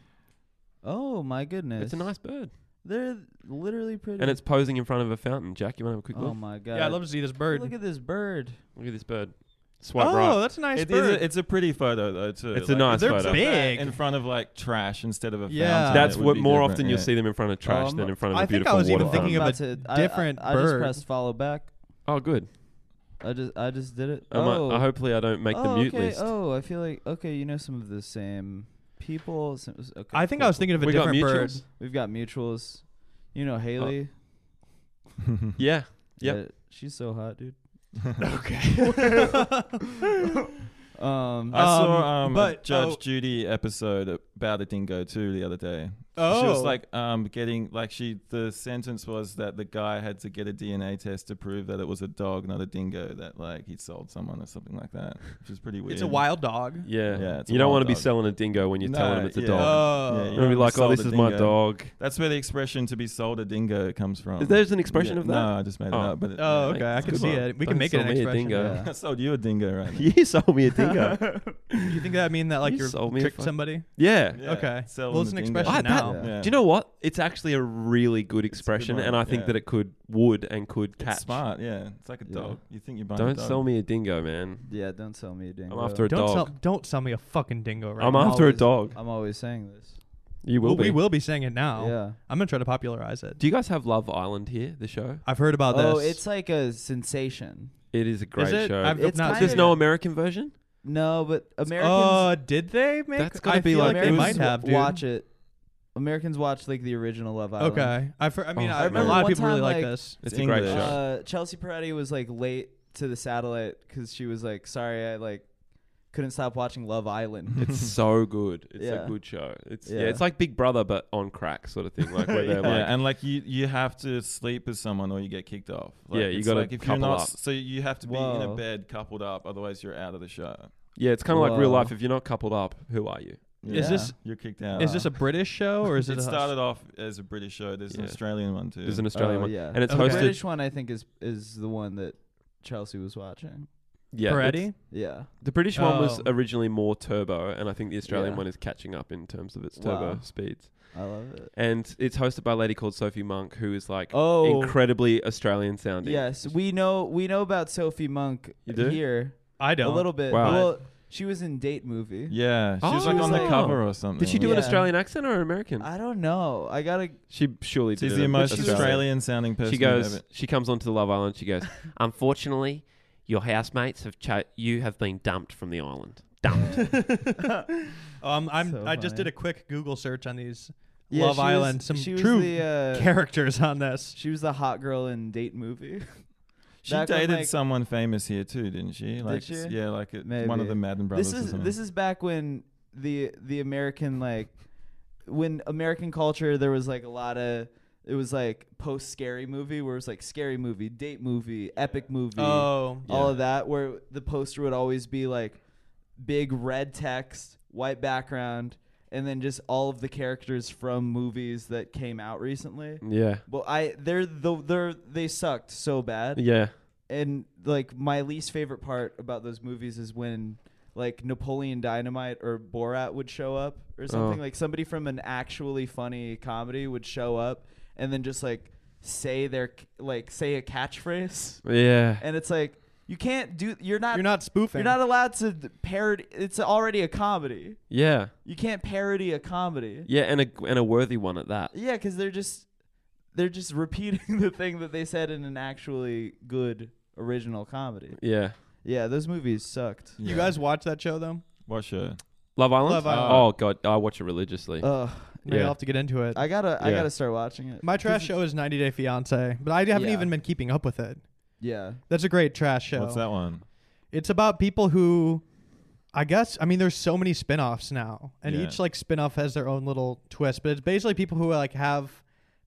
oh my goodness.
It's a nice bird,
They're literally pretty.
and it's posing in front of a fountain. Jack, you want to have a quick
oh
look?
my god.
yeah, I'd love to see this bird.
Look at this bird.
Oh.
Look at this bird. Swipe
oh,
right.
that's a nice
It is.
bird.
A, it's a pretty photo though too.
It's a nice
They're
photo.
put
big.
that in front of like trash instead of a
Yeah.
fountain.
That's
it would
what
be
more
different,
often
yeah.
you'll see them in front of trash
Um,
than in front of
I
a
think
beautiful
I was even
waterfront.
thinking
I'm
of
about
a
to- I-
different
I, I, just
bird.
pressed follow back.
oh, good.
I just I just did it.
I might-
oh.
I, hopefully I don't make
oh,
the mute
okay.
list.
Oh, I feel like okay, you know some of the same people. Some, okay,
I think
cool,
I was
cool.
thinking of a
We got
different bird.
mutuals?
We've got mutuals. You
Oh.
know Haley.
Hmm.
Yeah. Yep.
Yeah, she's so hot, dude.
okay.
Um,
I
Um,
saw um,
but-
a Judge
oh.
Judy episode about a dingo too the other day.
oh,
She was like um, getting like she the sentence was that the guy had to get a DNA test to prove that it was a dog, not a dingo, that like he sold someone or something like that, which is pretty weird.
it's a wild dog.
Yeah.
Yeah, it's a
you don't
wild
want to be
dog.
selling a dingo when you're
No,
telling them it's a
yeah.
dog.
Oh,
You're
Yeah,
gonna
you
be
don't wanna
like, oh,
sell
this
the
is my
dingo.
dog.
That's where the expression "to be sold a dingo" comes from.
Is there's an expression
Yeah,
of that?
No, I just made it
Oh.
up. But it,
Oh,
Mate,
okay. I
it's a
can
good
see
one.
it. We
Don't
can make it
sell
an
me a
expression.
dingo.
yeah.
I sold you a dingo right now.
you sold me a dingo.
You think that mean that like
You
you
sold
are
me a
tricked
fuck.
somebody?
yeah.
Yeah,
okay.
sell
well,
them
it's an
the dingo.
expression
Ah, that-
now.
Yeah.
Do you know what? It's actually a really good
It's a good
expression,
one,
and I think
yeah.
that it could would and could
It's
catch.
smart, yeah. It's like a
Yeah.
dog. You think you're buying a
Don't
dog.
sell me a dingo, man.
yeah, don't sell me a dingo.
I'm after a
Don't sell,
dog.
don't sell me a fucking dingo right
I'm
now.
I'm
after a
always-
dog.
I'm always saying this.
You will
Well, we
be.
will be saying it now.
Yeah.
I'm gonna try to popularize it.
Do you guys have Love Island here? The show.
I've heard about
oh,
this.
it's like a sensation.
It is a great
it?
show.
I've
It's
not
kinda-
seen
There's
it.
no American version.
No, but Americans
Uh, did they make?
That's gotta
I
be
feel
like-
they
Americans
might have. Dude.
w- watch it. Americans watch like the original Love Island.
Okay. I've heard, I mean,
Oh,
I
I
a
remember
lot of
one
people really
time,
like
like-
this.
It's,
It's
a great
English.
show.
Uh, Chelsea Peretti was like late to the satellite because she was like, "Sorry, I like couldn't stop watching Love Island."
It's so good. It's
Yeah.
a good show. It's yeah.
Yeah.
it's like Big Brother but on crack sort of thing. Like where
yeah,
they're like
and like you, you have to sleep with someone or you get kicked off. Like,
Yeah, you
it's
gotta
like if you're
couple
not,
up.
so you have to be in a
Whoa.
bed coupled up, otherwise you're out of the show.
Yeah, it's kinda like real
Wow.
life. If you're not coupled up, who are you?
Is this-
you're kicked
uh,
out?
Is this a British show or is it,
it
a
started off as a British show. There's an
Yeah.
Australian one too.
There's an Australian
Oh,
one.
yeah.
And it's
Okay.
The
hosted
British one, I think, is is the one that Chelsea was watching.
yeah, it's-
Peretti?
Yeah,
The British one was
Oh.
originally more turbo and I think the Australian
Yeah.
one is catching up in terms of its turbo
Wow.
speeds.
I love it.
And it's hosted by a lady called Sophie Monk who is like
Oh,
incredibly Australian sounding.
yes, we know we know about Sophie Monk
You do?
here
I
a
don't.
little bit.
Wow.
Well, she was in Date movie.
Yeah, she was
Oh.
like on the
Wow.
cover or something.
Did she do an
Yeah.
Australian accent or an American?
I don't know. I gotta.
she surely did.
She's
an
the most
Australian.
Australian sounding person.
She goes. She comes onto the Love Island. She goes. Unfortunately, your housemates have cho- you have been dumped from the island. Dumped.
Um, I'm.
So
I just
funny.
did a quick Google search on these
Yeah,
Love
she was-
Island. Some
she was
true
the, uh,
characters on this.
She was the hot girl in Date movie.
She
Back when,
dated
like-
someone famous here too, didn't she? Like,
she?
s- Yeah, like it, one of
Maybe.
the Madden brothers.
this
or
is
something.
this is back when the the American like when American culture there was like a lot of it was like post scary movie where it was like scary movie, date movie, epic movie,
Oh,
all
yeah.
of that where the poster would always be like big red text, white background and then just all of the characters from movies that came out recently.
Mm.
yeah.
Well, I they're the they're they sucked so bad
Yeah.
and like my least favorite part about those movies is when like Napoleon Dynamite or Borat would show up or something
Oh.
like somebody from an actually funny comedy would show up and then just like say their like say a catchphrase
Yeah.
and it's like you can't do you're not
you're not spoofing.
you're not allowed to parody it's already a comedy
Yeah.
you can't parody a comedy
Yeah. And a and a worthy one at that.
yeah cuz they're just they're just repeating the thing that they said in an actually good original comedy
Yeah.
yeah, those movies sucked.
you
Yeah.
guys watch that show though?
Watch her.
Love Island.
Love
Island.
Oh god, I watch it religiously.
Ugh,
Maybe
Yeah.
I'll have to get into it.
I gotta, I
Yeah.
gotta start watching it.
My trash show is 90 Day Fiance, but I haven't
Yeah.
even been keeping up with it.
Yeah,
That's a great trash show.
What's that one?
It's about people who, I guess, I mean, there's so many spin-offs now, and
Yeah.
each like spin-off has their own little twist. But it's basically people who like have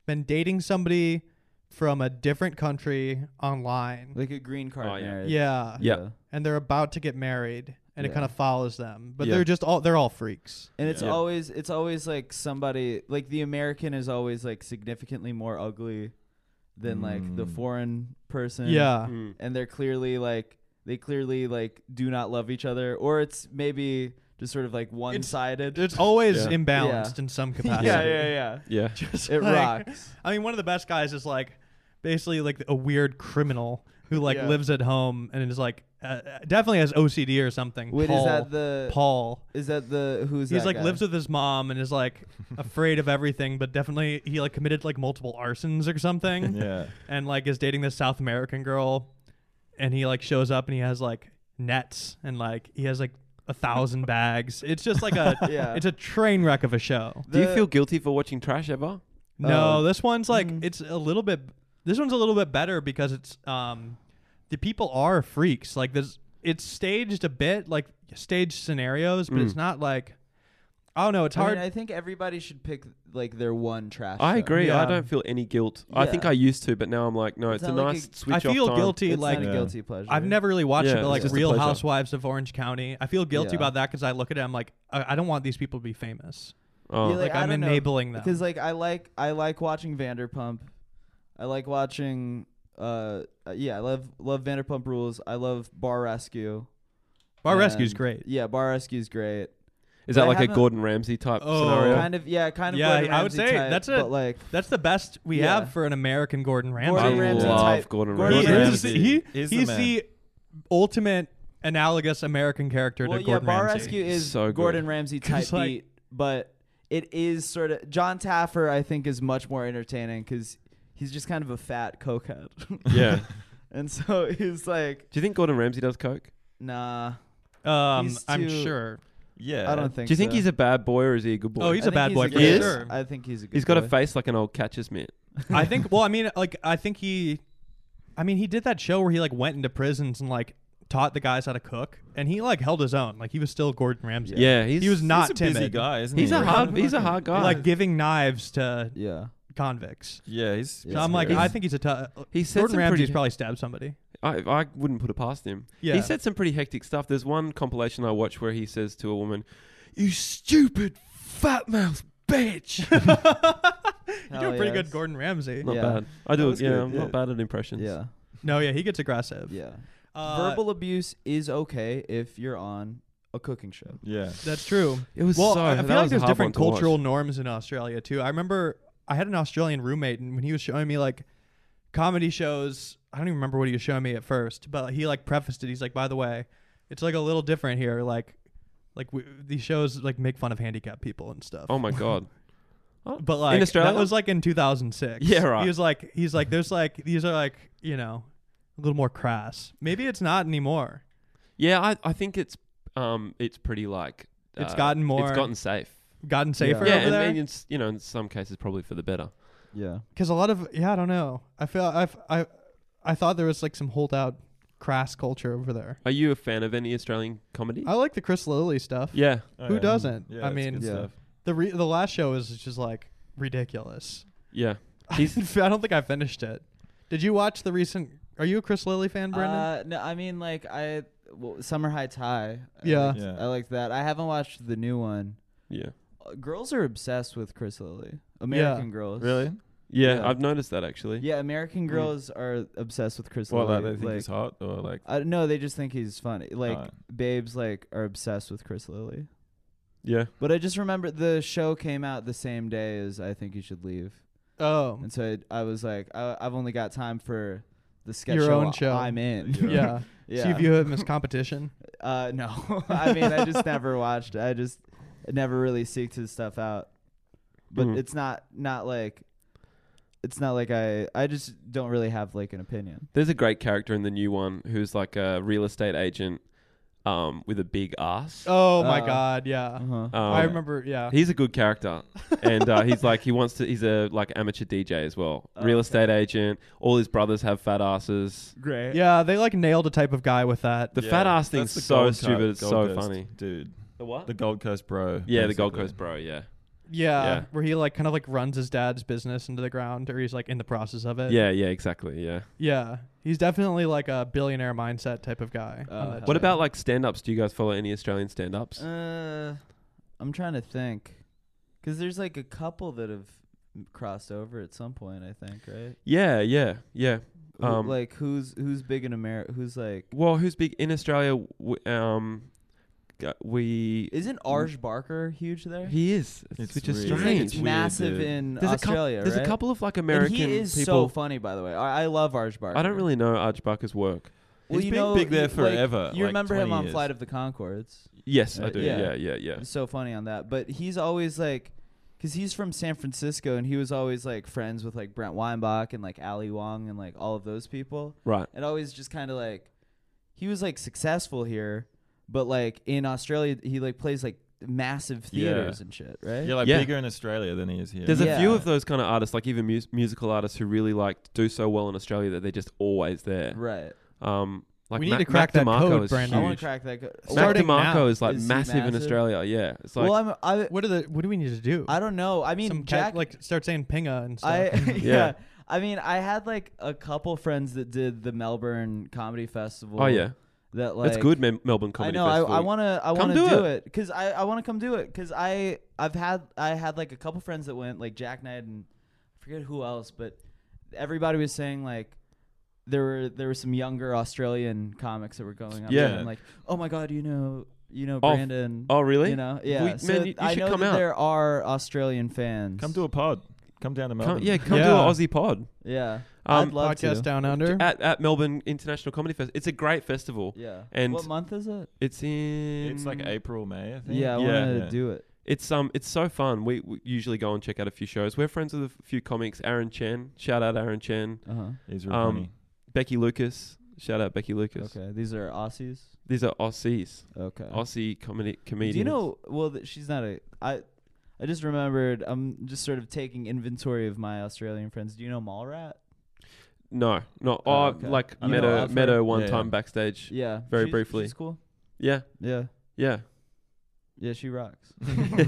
been dating somebody from a different country online.
like a green card
Oh, yeah.
marriage.
yeah.
Yeah.
and they're about to get married, and it
Yeah.
kind of follows them. But
Yeah.
they're just all they're all freaks.
and it's
Yeah.
always, it's always like somebody, like the American is always like significantly more ugly than like the
Mm.
foreign person.
Yeah,
Mm.
and they're clearly like, they clearly like do not love each other, or it's maybe just sort of like one-sided.
it's always
Yeah.
imbalanced in some
yeah,
capacity.
yeah, yeah.
Yeah.
Just
It
like-
rocks.
I mean, one of the best guys is like basically like a weird criminal who like
Yeah.
lives at home and is like uh, definitely has OCD or something.
Wait,
Paul,
is that the?
Paul?
Is that the who's
He's
that
like
guy?
lives with his mom and is like afraid of everything, but definitely he like committed like multiple arsons or something,
Yeah.
and like is dating this South American girl, and he like shows up and he has like nets and like he has like a thousand bags. It's just like a
Yeah.
it's a train wreck of a show.
Do you
The-
feel guilty for watching trash ever?
No,
Oh.
this one's like
Mhm.
it's a little bit. This one's a little bit better because it's um, the people are freaks. Like this, it's staged a bit like staged scenarios, but
Mm.
it's not like I don't know. It's
I mean,
hard.
I think everybody should pick like their one trash.
I
show.
agree. I
Yeah.
don't feel any guilt. I
Yeah.
think I used to, but now I'm like, no,
It's
it's, a
not like
nice
a-
I
switch off
feel
time.
guilty.
It's
like
not a
Yeah.
guilty pleasure.
I've never really watched
Yeah,
it, but
it's
like
just a
Real
pleasure.
Housewives of Orange County. I feel guilty
Yeah.
about that because I look at it. I'm like, I, I don't want these people to be famous.
Oh.
Yeah, Like,
Like,
I
I'm
don't know,
enabling them.
because like I like I like watching Vanderpump. I like watching. Uh, uh, yeah, I love love Vanderpump Rules. I love Bar Rescue.
Bar Rescue's
And-
great.
Yeah, Bar Rescue's great. But
Is that
I
like a
haven't-
Gordon Ramsay type
Oh.
scenario?
Kind of yeah, kind of.
Yeah,
Gordon
I would
Ramsay
say
type,
that's a-
but like
That's the best we
Yeah.
have for an American Gordon Ramsay.
Gordon
I
Ramsay
love
type-
Gordon
Gordon
Ramsay.
he is
Ramsay.
he, he's,
He's the
the,
man.
ultimate analogous American character
well,
to
yeah,
Gordon
Bar
Ramsay.
Rescue is
So good.
Gordon Ramsay type
'Cause, like-
beat, but it is sort of John Taffer. I think is much more entertaining because he's just kind of a fat cokehead,
yeah.
and so he's like,
Do you think Gordon Ramsay does coke?
nah.
Um,
He's
I'm
too-
sure.
Yeah.
I don't think.
Do you think
so.
he's a bad boy or is he a good boy?
Oh, he's
I
a
think
bad boy
good
for
He is?
sure.
I think he's a good.
he's got
boy.
a face like an old catcher's mitt.
I think. Well, I mean, like I think he I mean, he did that show where he like went into prisons and like taught the guys how to cook, and he like held his own. Like he was still Gordon Ramsay.
Yeah, he's
he was not
he's a
timid.
busy guy, isn't
He's
he?
a hard he's a hard guy.
Like giving knives to
Yeah.
convicts.
yeah, he's.
So I'm like,
He's-
I think he's a tough.
he said
Gordon
some
Ramsay's
pretty-
probably stabbed somebody.
I, I wouldn't put it past him.
Yeah.
He said some pretty hectic stuff. There's one compilation I watched where he says to a woman, "You stupid fat mouth bitch."
You do a
Hell
pretty good
yes.
Gordon Ramsay.
not
Yeah.
bad. I
That
do.
was
Yeah,
good,
I'm
yeah.
not bad at impressions.
Yeah.
No, yeah, he gets aggressive.
Yeah.
Uh,
Verbal abuse is okay if you're on a cooking show.
Yeah.
That's true.
It was
well,
so.
I I
that
feel like
was a
there's
hard one
different
to watch.
cultural norms in Australia too. I remember I had an Australian roommate, and when he was showing me like comedy shows, I don't even remember what he was showing me at first, but he like prefaced it. He's like, "By the way, it's like a little different here. Like, like we, these shows like make fun of handicapped people and stuff."
Oh my god.
But like
In Australia?
that was like in 2006.
Yeah, right.
He was like, he's like, there's like these are like you know a little more crass. Maybe it's not anymore.
Yeah, I, I think it's um it's pretty like
It's
uh,
gotten more-
It's gotten safe.
Gotten safer
Yeah,
Yeah,
over
and,
there.
and it's you know in some cases probably for the better.
Yeah.
Because a lot of yeah, I don't know. I feel I I I thought there was like some holdout crass culture over there.
Are you a fan of any Australian comedy?
I like the Chris Lilly stuff.
yeah,
Oh,
Who
yeah.
doesn't?
Yeah,
I
it's
mean-
good
Yeah.
stuff.
The re- the last show is just like ridiculous.
yeah.
I
He's-
didn't- I don't think I finished it. Did you watch the recent? Are you a Chris Lilly fan, Brendan?
Uh, no, I mean like I well, Summer Heights High. I
Yeah.
liked-
Yeah.
I like that. I haven't watched the new one.
yeah,
Uh, girls are obsessed with Chris Lilly. American girls.
Really?
yeah,
Yeah.
I've noticed that actually.
Yeah, American
Hmm.
Mm.
girls are obsessed with Chris
What,
Lilly.
like they think he's hot or like.
I, no, they just think he's funny. Like
Alright.
babes like are obsessed with Chris Lilly.
yeah.
But I just remember the show came out the same day as I think you should leave.
oh,
And so I, I was like, I, I've only got time for the sketch
Your
show,
own show.
I'm in.
yeah.
yeah.
So you view him as competition.
uh, no, I mean, I just never watched. I just never really seeked his stuff out. But
Mm.
it's not not like it's not like I I just don't really have like an opinion.
There's a great character in the new one who's like a real estate agent, um, with a big ass.
Oh my
Uh,
God, yeah.
Uh-huh.
Um,
I remember, yeah.
He's a good character, and uh, he's like he wants to. He's a like amateur DJ as well,
Oh,
real
Okay.
estate agent. All his brothers have fat asses.
Great.
yeah, they like nailed a type of guy with that.
The
Yeah,
fat ass thing's
that's the
so
Gold Co-
stupid. It's
Gold
so
Coast
funny.
dude.
The what?
The Gold Coast bro.
yeah, the Gold
basically.
Coast bro. Yeah,
Yeah,
Yeah.
where he like kind of like runs his dad's business into the ground, or he's like in the process of
Uh,
it.
yeah, yeah. Exactly. Yeah.
yeah. He's definitely like a billionaire mindset type of guy. on
Uh,
that
What
show.
about like stand ups? Do you guys follow any Australian stand ups?
Uh, I'm trying to think, cause there's like a couple that have crossed over at some point. I think right.
yeah, yeah, yeah.
Who-
Um,
like who's who's big in America? Who's like
Well, who's big in Australia? W- um, g- we
isn't Arj Barker huge there?
he is,
It's
which is
weird.
He's, like,
strange.
It's weird,
massive
dude.
in
There's a couple.
Australia.
There's
right?
a couple of like
And
American
he is so
people.
funny, by the way. I, I love Arj Barker.
I don't really know Arch Barker's work.
Well,
He's
you
been
know,
big there
you- like,
forever,
you
like
remember him
20
on
years.
Flight of the Concords.
Yes,
Uh,
I do.
yeah.
Yeah, yeah, yeah.
It's so funny on that. But he's always like, because he's from San Francisco and he was always like friends with like Brent Weinbach and like Ali Wong and like all of those people.
Right.
And always just kind of like, he was like successful here, but like in Australia, he like plays like massive
Yeah.
theaters and shit, right?
Yeah, like
Yeah.
bigger in Australia than he is here.
There's
Yeah.
a few of those kind of artists, like even mus- musical artists, who really like do so well in Australia that they're just always there.
Right.
Um, like
We need
Ma-
to crack
Mac
that
DeMarco
code,
is
Brandon.
I want
huge.
to crack that. Co-
Mac
Mac
Starting now.
DeMarco is like
Is he
massive, in
massive?
Australia. Yeah, it's like
well, I'm, I,
What are the? What do we need to do?
I don't know. I mean,
Some cat,
Jack,
like start saying pinga and stuff.
I yeah.
and-
Yeah.
I mean, I had like a couple friends that did the Melbourne Comedy Festival.
oh yeah,
that like
that's good. Mel- Melbourne
I
comedy.
know.
Festival.
I, I wanna I
Come
wanna
do
do,
it.
it because I, I wanna come do it because I I've had I had like a couple friends that went like Jack Knight and I forget who else, but everybody was saying like. There were there were some younger Australian comics that were going up
Yeah.
and like, oh my god, you know you know
Oh, f-
Brandon,
Oh really?
you know yeah.
We-
so
man, you- you
I
should
know
come
that
out.
there are Australian fans.
Come to a pod. Come down to
Come,
Melbourne.
yeah, come do
Yeah.
an Aussie pod
yeah.
Um,
I'd love
podcast
to.
down under.
at, at Melbourne International Comedy Fest. It's a great festival.
Yeah.
And-
what month is it?
It's in.
It's like April, May, I think.
Yeah, I
Mm. Yeah.
want to
Yeah.
do it.
It's um, it's so fun. We, we usually go and check out a few shows. We're friends with a few comics. Aaron Chen, shout out Aaron Chen.
Uh huh.
He's real
Um,
funny.
Becky Lucas, shout out Becky Lucas.
Okay, these are Aussies.
These are Aussies,
Okay.
Aussie comedy comedians.
do you know? Well, th- she's not a. I, I just remembered. I'm just sort of taking inventory of my Australian friends. Do you know Mallrat?
No, no.
Oh,
Oh,
okay.
like
You know
Meadow,
of her?
Meadow one
Yeah,
time
yeah.
backstage.
Yeah.
Very
she's-
briefly.
She's cool.
Yeah,
Yeah.
yeah.
Yeah, she rocks.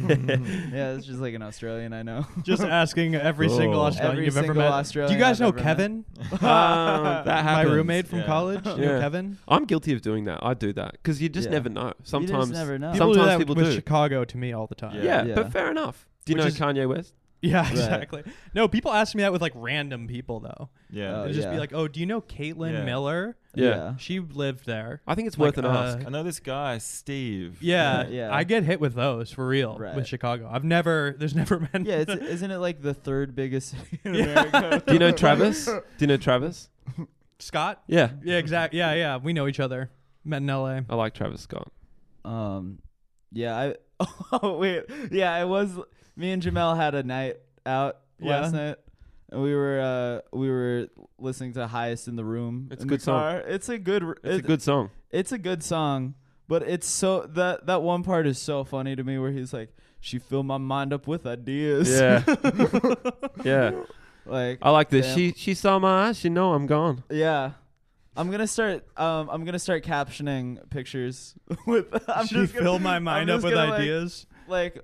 yeah, it's just like an Australian I know.
Just asking every single
Cool.
Australian
Oh. Every
you've ever
single
met.
Australian
Do you guys
I've
know
ever met.
Kevin? Um,
Uh, that
My
happens.
roommate from
Yeah.
college. You know
Yeah.
Kevin.
I'm guilty of doing that. I do that because you just
Yeah.
never know. Sometimes,
you just never know.
People do
Sometimes
that
people
with
do.
Chicago to me all the time.
Yeah.
yeah,
Yeah.
but fair enough. Do you
Which
know
is-
Kanye West?
Yeah,
Right.
exactly. No, people ask me that with like random people though.
yeah.
Oh,
They'll just be
yeah.
like, "Oh, do you know Caitlin
Yeah.
Miller?
Yeah.
She lived there."
I think it's
Like,
worth an
uh,
ask.
I know this guy, Steve.
Yeah,
Yeah.
I get hit with those for real
Right.
with Chicago. I've never, there's never been.
Yeah, it's, isn't it like the third biggest city in
Yeah.
America?
Do you know Travis? Do you know Travis?
Scott.
Yeah,
Yeah, exactly. Yeah, yeah. We know each other. Met in L.A.
I like Travis Scott.
Um, yeah, I. Oh wait, yeah, I was. Me and Jamel had a night out
Yeah.
last night, and we were uh we were listening to "Highest in the Room."
It's
in
a good
the
song.
car. It's a good. It's,
It's a good song.
It's a good song, but it's so that that one part is so funny to me where he's like, "She filled my mind up with ideas."
Yeah, yeah.
like
I like this.
Damn.
She she saw my eyes. She know I'm gone.
yeah. I'm gonna start. Um, I'm gonna start captioning pictures with. I'm
she
just gonna,
filled my mind up
just
with
gonna, like,
ideas.
like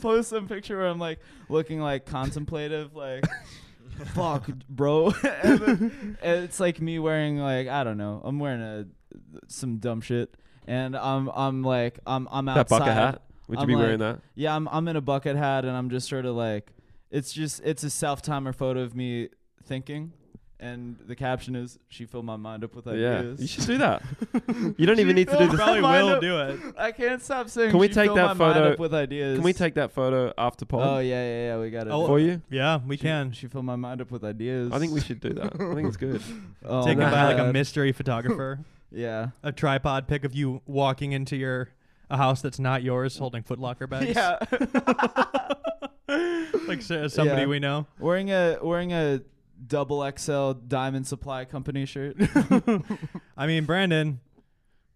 post some picture where I'm like looking like contemplative, like fuck, bro. and, then- and it's like me wearing like I don't know, I'm wearing a some dumb shit, and I'm I'm like I'm I'm
That
outside.
bucket hat. Would you
I'm
be
like-
wearing that?
Yeah, I'm I'm in a bucket hat, and I'm just sort of like it's just it's a self timer photo of me thinking. And the caption is, "She filled my mind up with
Yeah,
ideas."
you should do that. you don't even need to do
filled
this.
Probably
Mind
will
up-
do it.
I can't stop saying.
Can we
"She
take
filled
that
my mind
photo-
up with ideas?
Can we take that photo after pod
Oh yeah, yeah, yeah. We got it.
Oh,
for you?
Yeah, we can.
She filled my mind up with ideas.
I think we should do that. I think it's good.
oh,
Taken
man.
by like a
God.
mystery photographer.
Yeah.
a tripod pic of you walking into your a house that's not yours, holding Footlocker bags.
Yeah.
like so- somebody
Yeah.
we know.
wearing a wearing a double XL Diamond Supply Company shirt.
I mean, Brandon,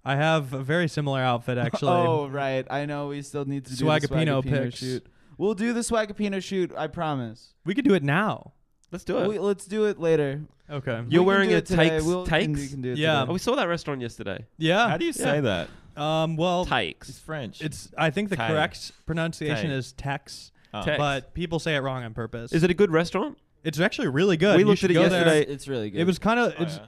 I have a very similar outfit actually.
oh right, I know. We still need to do the
Swagapino
Swagapino
pics.
shoot. We'll do the Swagapino shoot. I promise.
We could do it now.
Let's do it.
We, let's do it later.
Okay.
You're
We can
wearing
do
a
it today.
takes-
We'll,
takes?
You can do it
Yeah.
today.
Oh, we saw that restaurant yesterday.
yeah.
How do you say that?
Um. Well,
It's
Takes.
French.
it's. I think the
Tay.
correct pronunciation
Tay.
is Tex,
Oh.
Tex.
but people say it wrong on purpose.
Is it a good restaurant?
It's actually really good.
We
You
looked
should
at it
go there.
yesterday.
It's, it's really good.
It was kind of.
Oh,
It
yeah.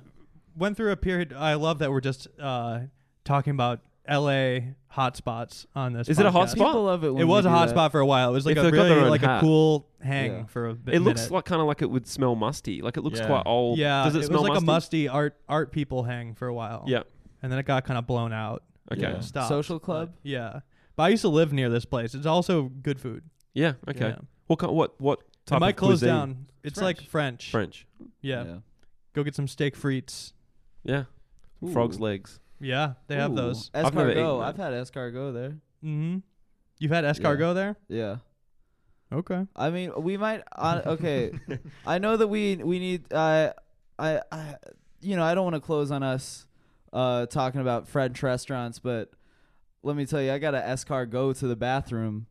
went through a period. I love that we're just uh, talking about L.A. hotspots on this.
Is it a
podcast.
hotspot?
people love it. When
it
we
was a
do that.
hotspot for a while. It was like
If
a
they've got their
really
own
like a
hat.
cool hang
Yeah.
for a bit.
It looks
minute.
like kind of like it would smell musty. Like it looks
Yeah.
quite old.
yeah.
Does it,
was
smell
like a
musty?
musty art art people hang for a while.
Yeah.
and then it got kind of blown out.
Okay.
Yeah.
Stop.
Social club?
yeah, but I used to live near this place. It's also good food.
Yeah. Okay.
Yeah.
What kind? What? What type
It might
of
close
cuisine?
down. It's like
French.
French.
French.
Yeah. go get some steak frites.
Yeah. Frogs legs.
Yeah, they have
Ooh.
those.
Escargot.
I've never eaten that.
I've had escargot there.
Mm-hmm. You've had escargot there?
Yeah.
Okay.
I mean, we might. Uh, okay, I know that we we need. Uh, I I you know I don't want to close on us uh, talking about French restaurants, but let me tell you, I got to escargot to the bathroom,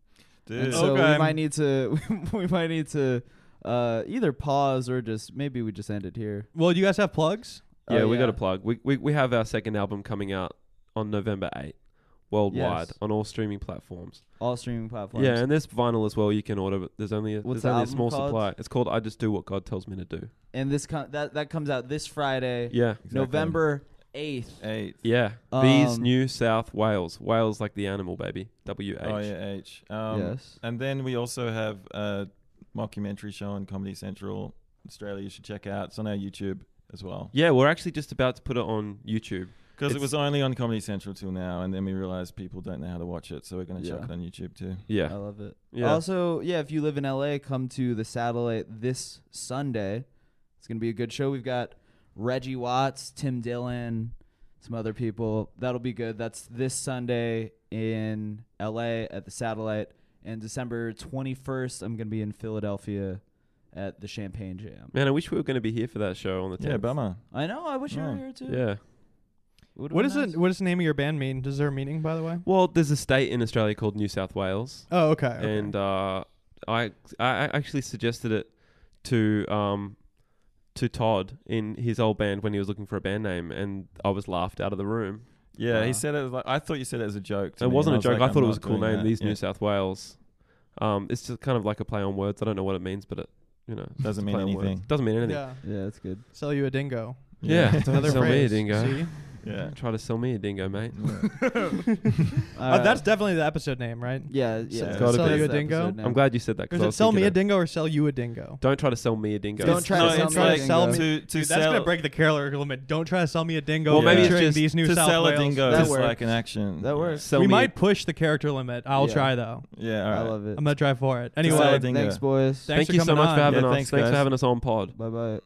Dude.
and so
Okay.
we might need to we might need to uh, either pause or just maybe we just end it here.
Well, do you guys have plugs?
Yeah,
Oh,
we got a plug. We, we we have our second album coming out on November eighth, worldwide
Yes.
on all streaming platforms.
all streaming platforms.
Yeah, and there's vinyl as well. You can order, but there's only a,
What's
there's
the
only a
album
small
called?
supply. It's called "I Just Do What God Tells Me to Do."
and this com- that that comes out this Friday,
Yeah,
Exactly.
November eighth.
eight.
yeah. These
Um,
New South Wales, Wales like the animal, baby. W H.
Oh yeah, H. Um,
yes.
And then we also have a mockumentary show on Comedy Central Australia. You should check out. It's on our YouTube as well
Yeah, we're actually just about to put it on YouTube.
because it
It's-
was only on Comedy Central till now, and then we realized people don't know how to watch it, so we're going to chuck
Yeah.
it on YouTube too.
I
Yeah,
love it.
yeah.
Also, yeah, if you live in LA, come to the satellite this Sunday. It's gonna be a good show. We've got Reggie Watts, Tim Dillon, some other people. That'll be good. That's this Sunday in LA at the satellite. And December twenty first, I'm gonna be in Philadelphia at the Champagne Jam.
Man, I wish we were going to be here for that show on the 10th.
Yeah, bummer.
I know, I wish you were
Oh,
here too.
Yeah.
Would've
What
been
is
nice.
it? What does the name of your band mean? Does there a meaning, by the way?
Well, there's a state in Australia called New South Wales,
Oh, okay. okay.
and uh, I I I actually suggested it to um, to Todd in his old band when he was looking for a band name, and I was laughed out of the room.
Yeah,
Ah.
he said it was like I thought you said it as a joke.
Uh-huh.
to
It
me,
wasn't a
and was
joke.
like,
I thought
"I'm
it was a
not
cool
doing
name,
that."
These
Yeah.
New South Wales. Um, it's just kind of like a play on words. I don't know what it means, but it, you know, it's
Doesn't
a
mean
play on words.
anything.
Doesn't mean anything.
Yeah.
Yeah, that's good.
Sell you a dingo.
Yeah,
Yeah.
don't
Another
sell
phrase.
me a dingo.
See?
Yeah.
Try to sell me a dingo, mate.
Uh, that's definitely the episode name, right?
yeah, yeah.
be-
that's
gotta
you
the
a
episode
dingo?
name.
I'm glad you said that.
Or
'cause
is
I
it
was
sell me
thinking
a
it-
dingo or sell you a dingo?
Don't try to sell me a dingo.
Don't try to
no,
sell
it's
me a
like
dingo.
to to
Dude,
sell.
that's gonna break the calendar limit. Don't try to sell me a dingo.
Well,
maybe it's
featuring
just
these new
to
South
sell
Wales.
a dingo
That
is
works.
like an action.
That
Yeah.
works.
Sell
we
me
might push the character limit. I'll
Yeah.
try though.
Yeah, all
I
right.
love it.
I'm gonna try for it.
To sell
Anyway,
a dingo.
thanks, boys.
thanks
Thank
for
you so
coming
much
on.
for having
Yeah,
us.
thanks,
thanks for
guys.
having us on pod.
Bye bye.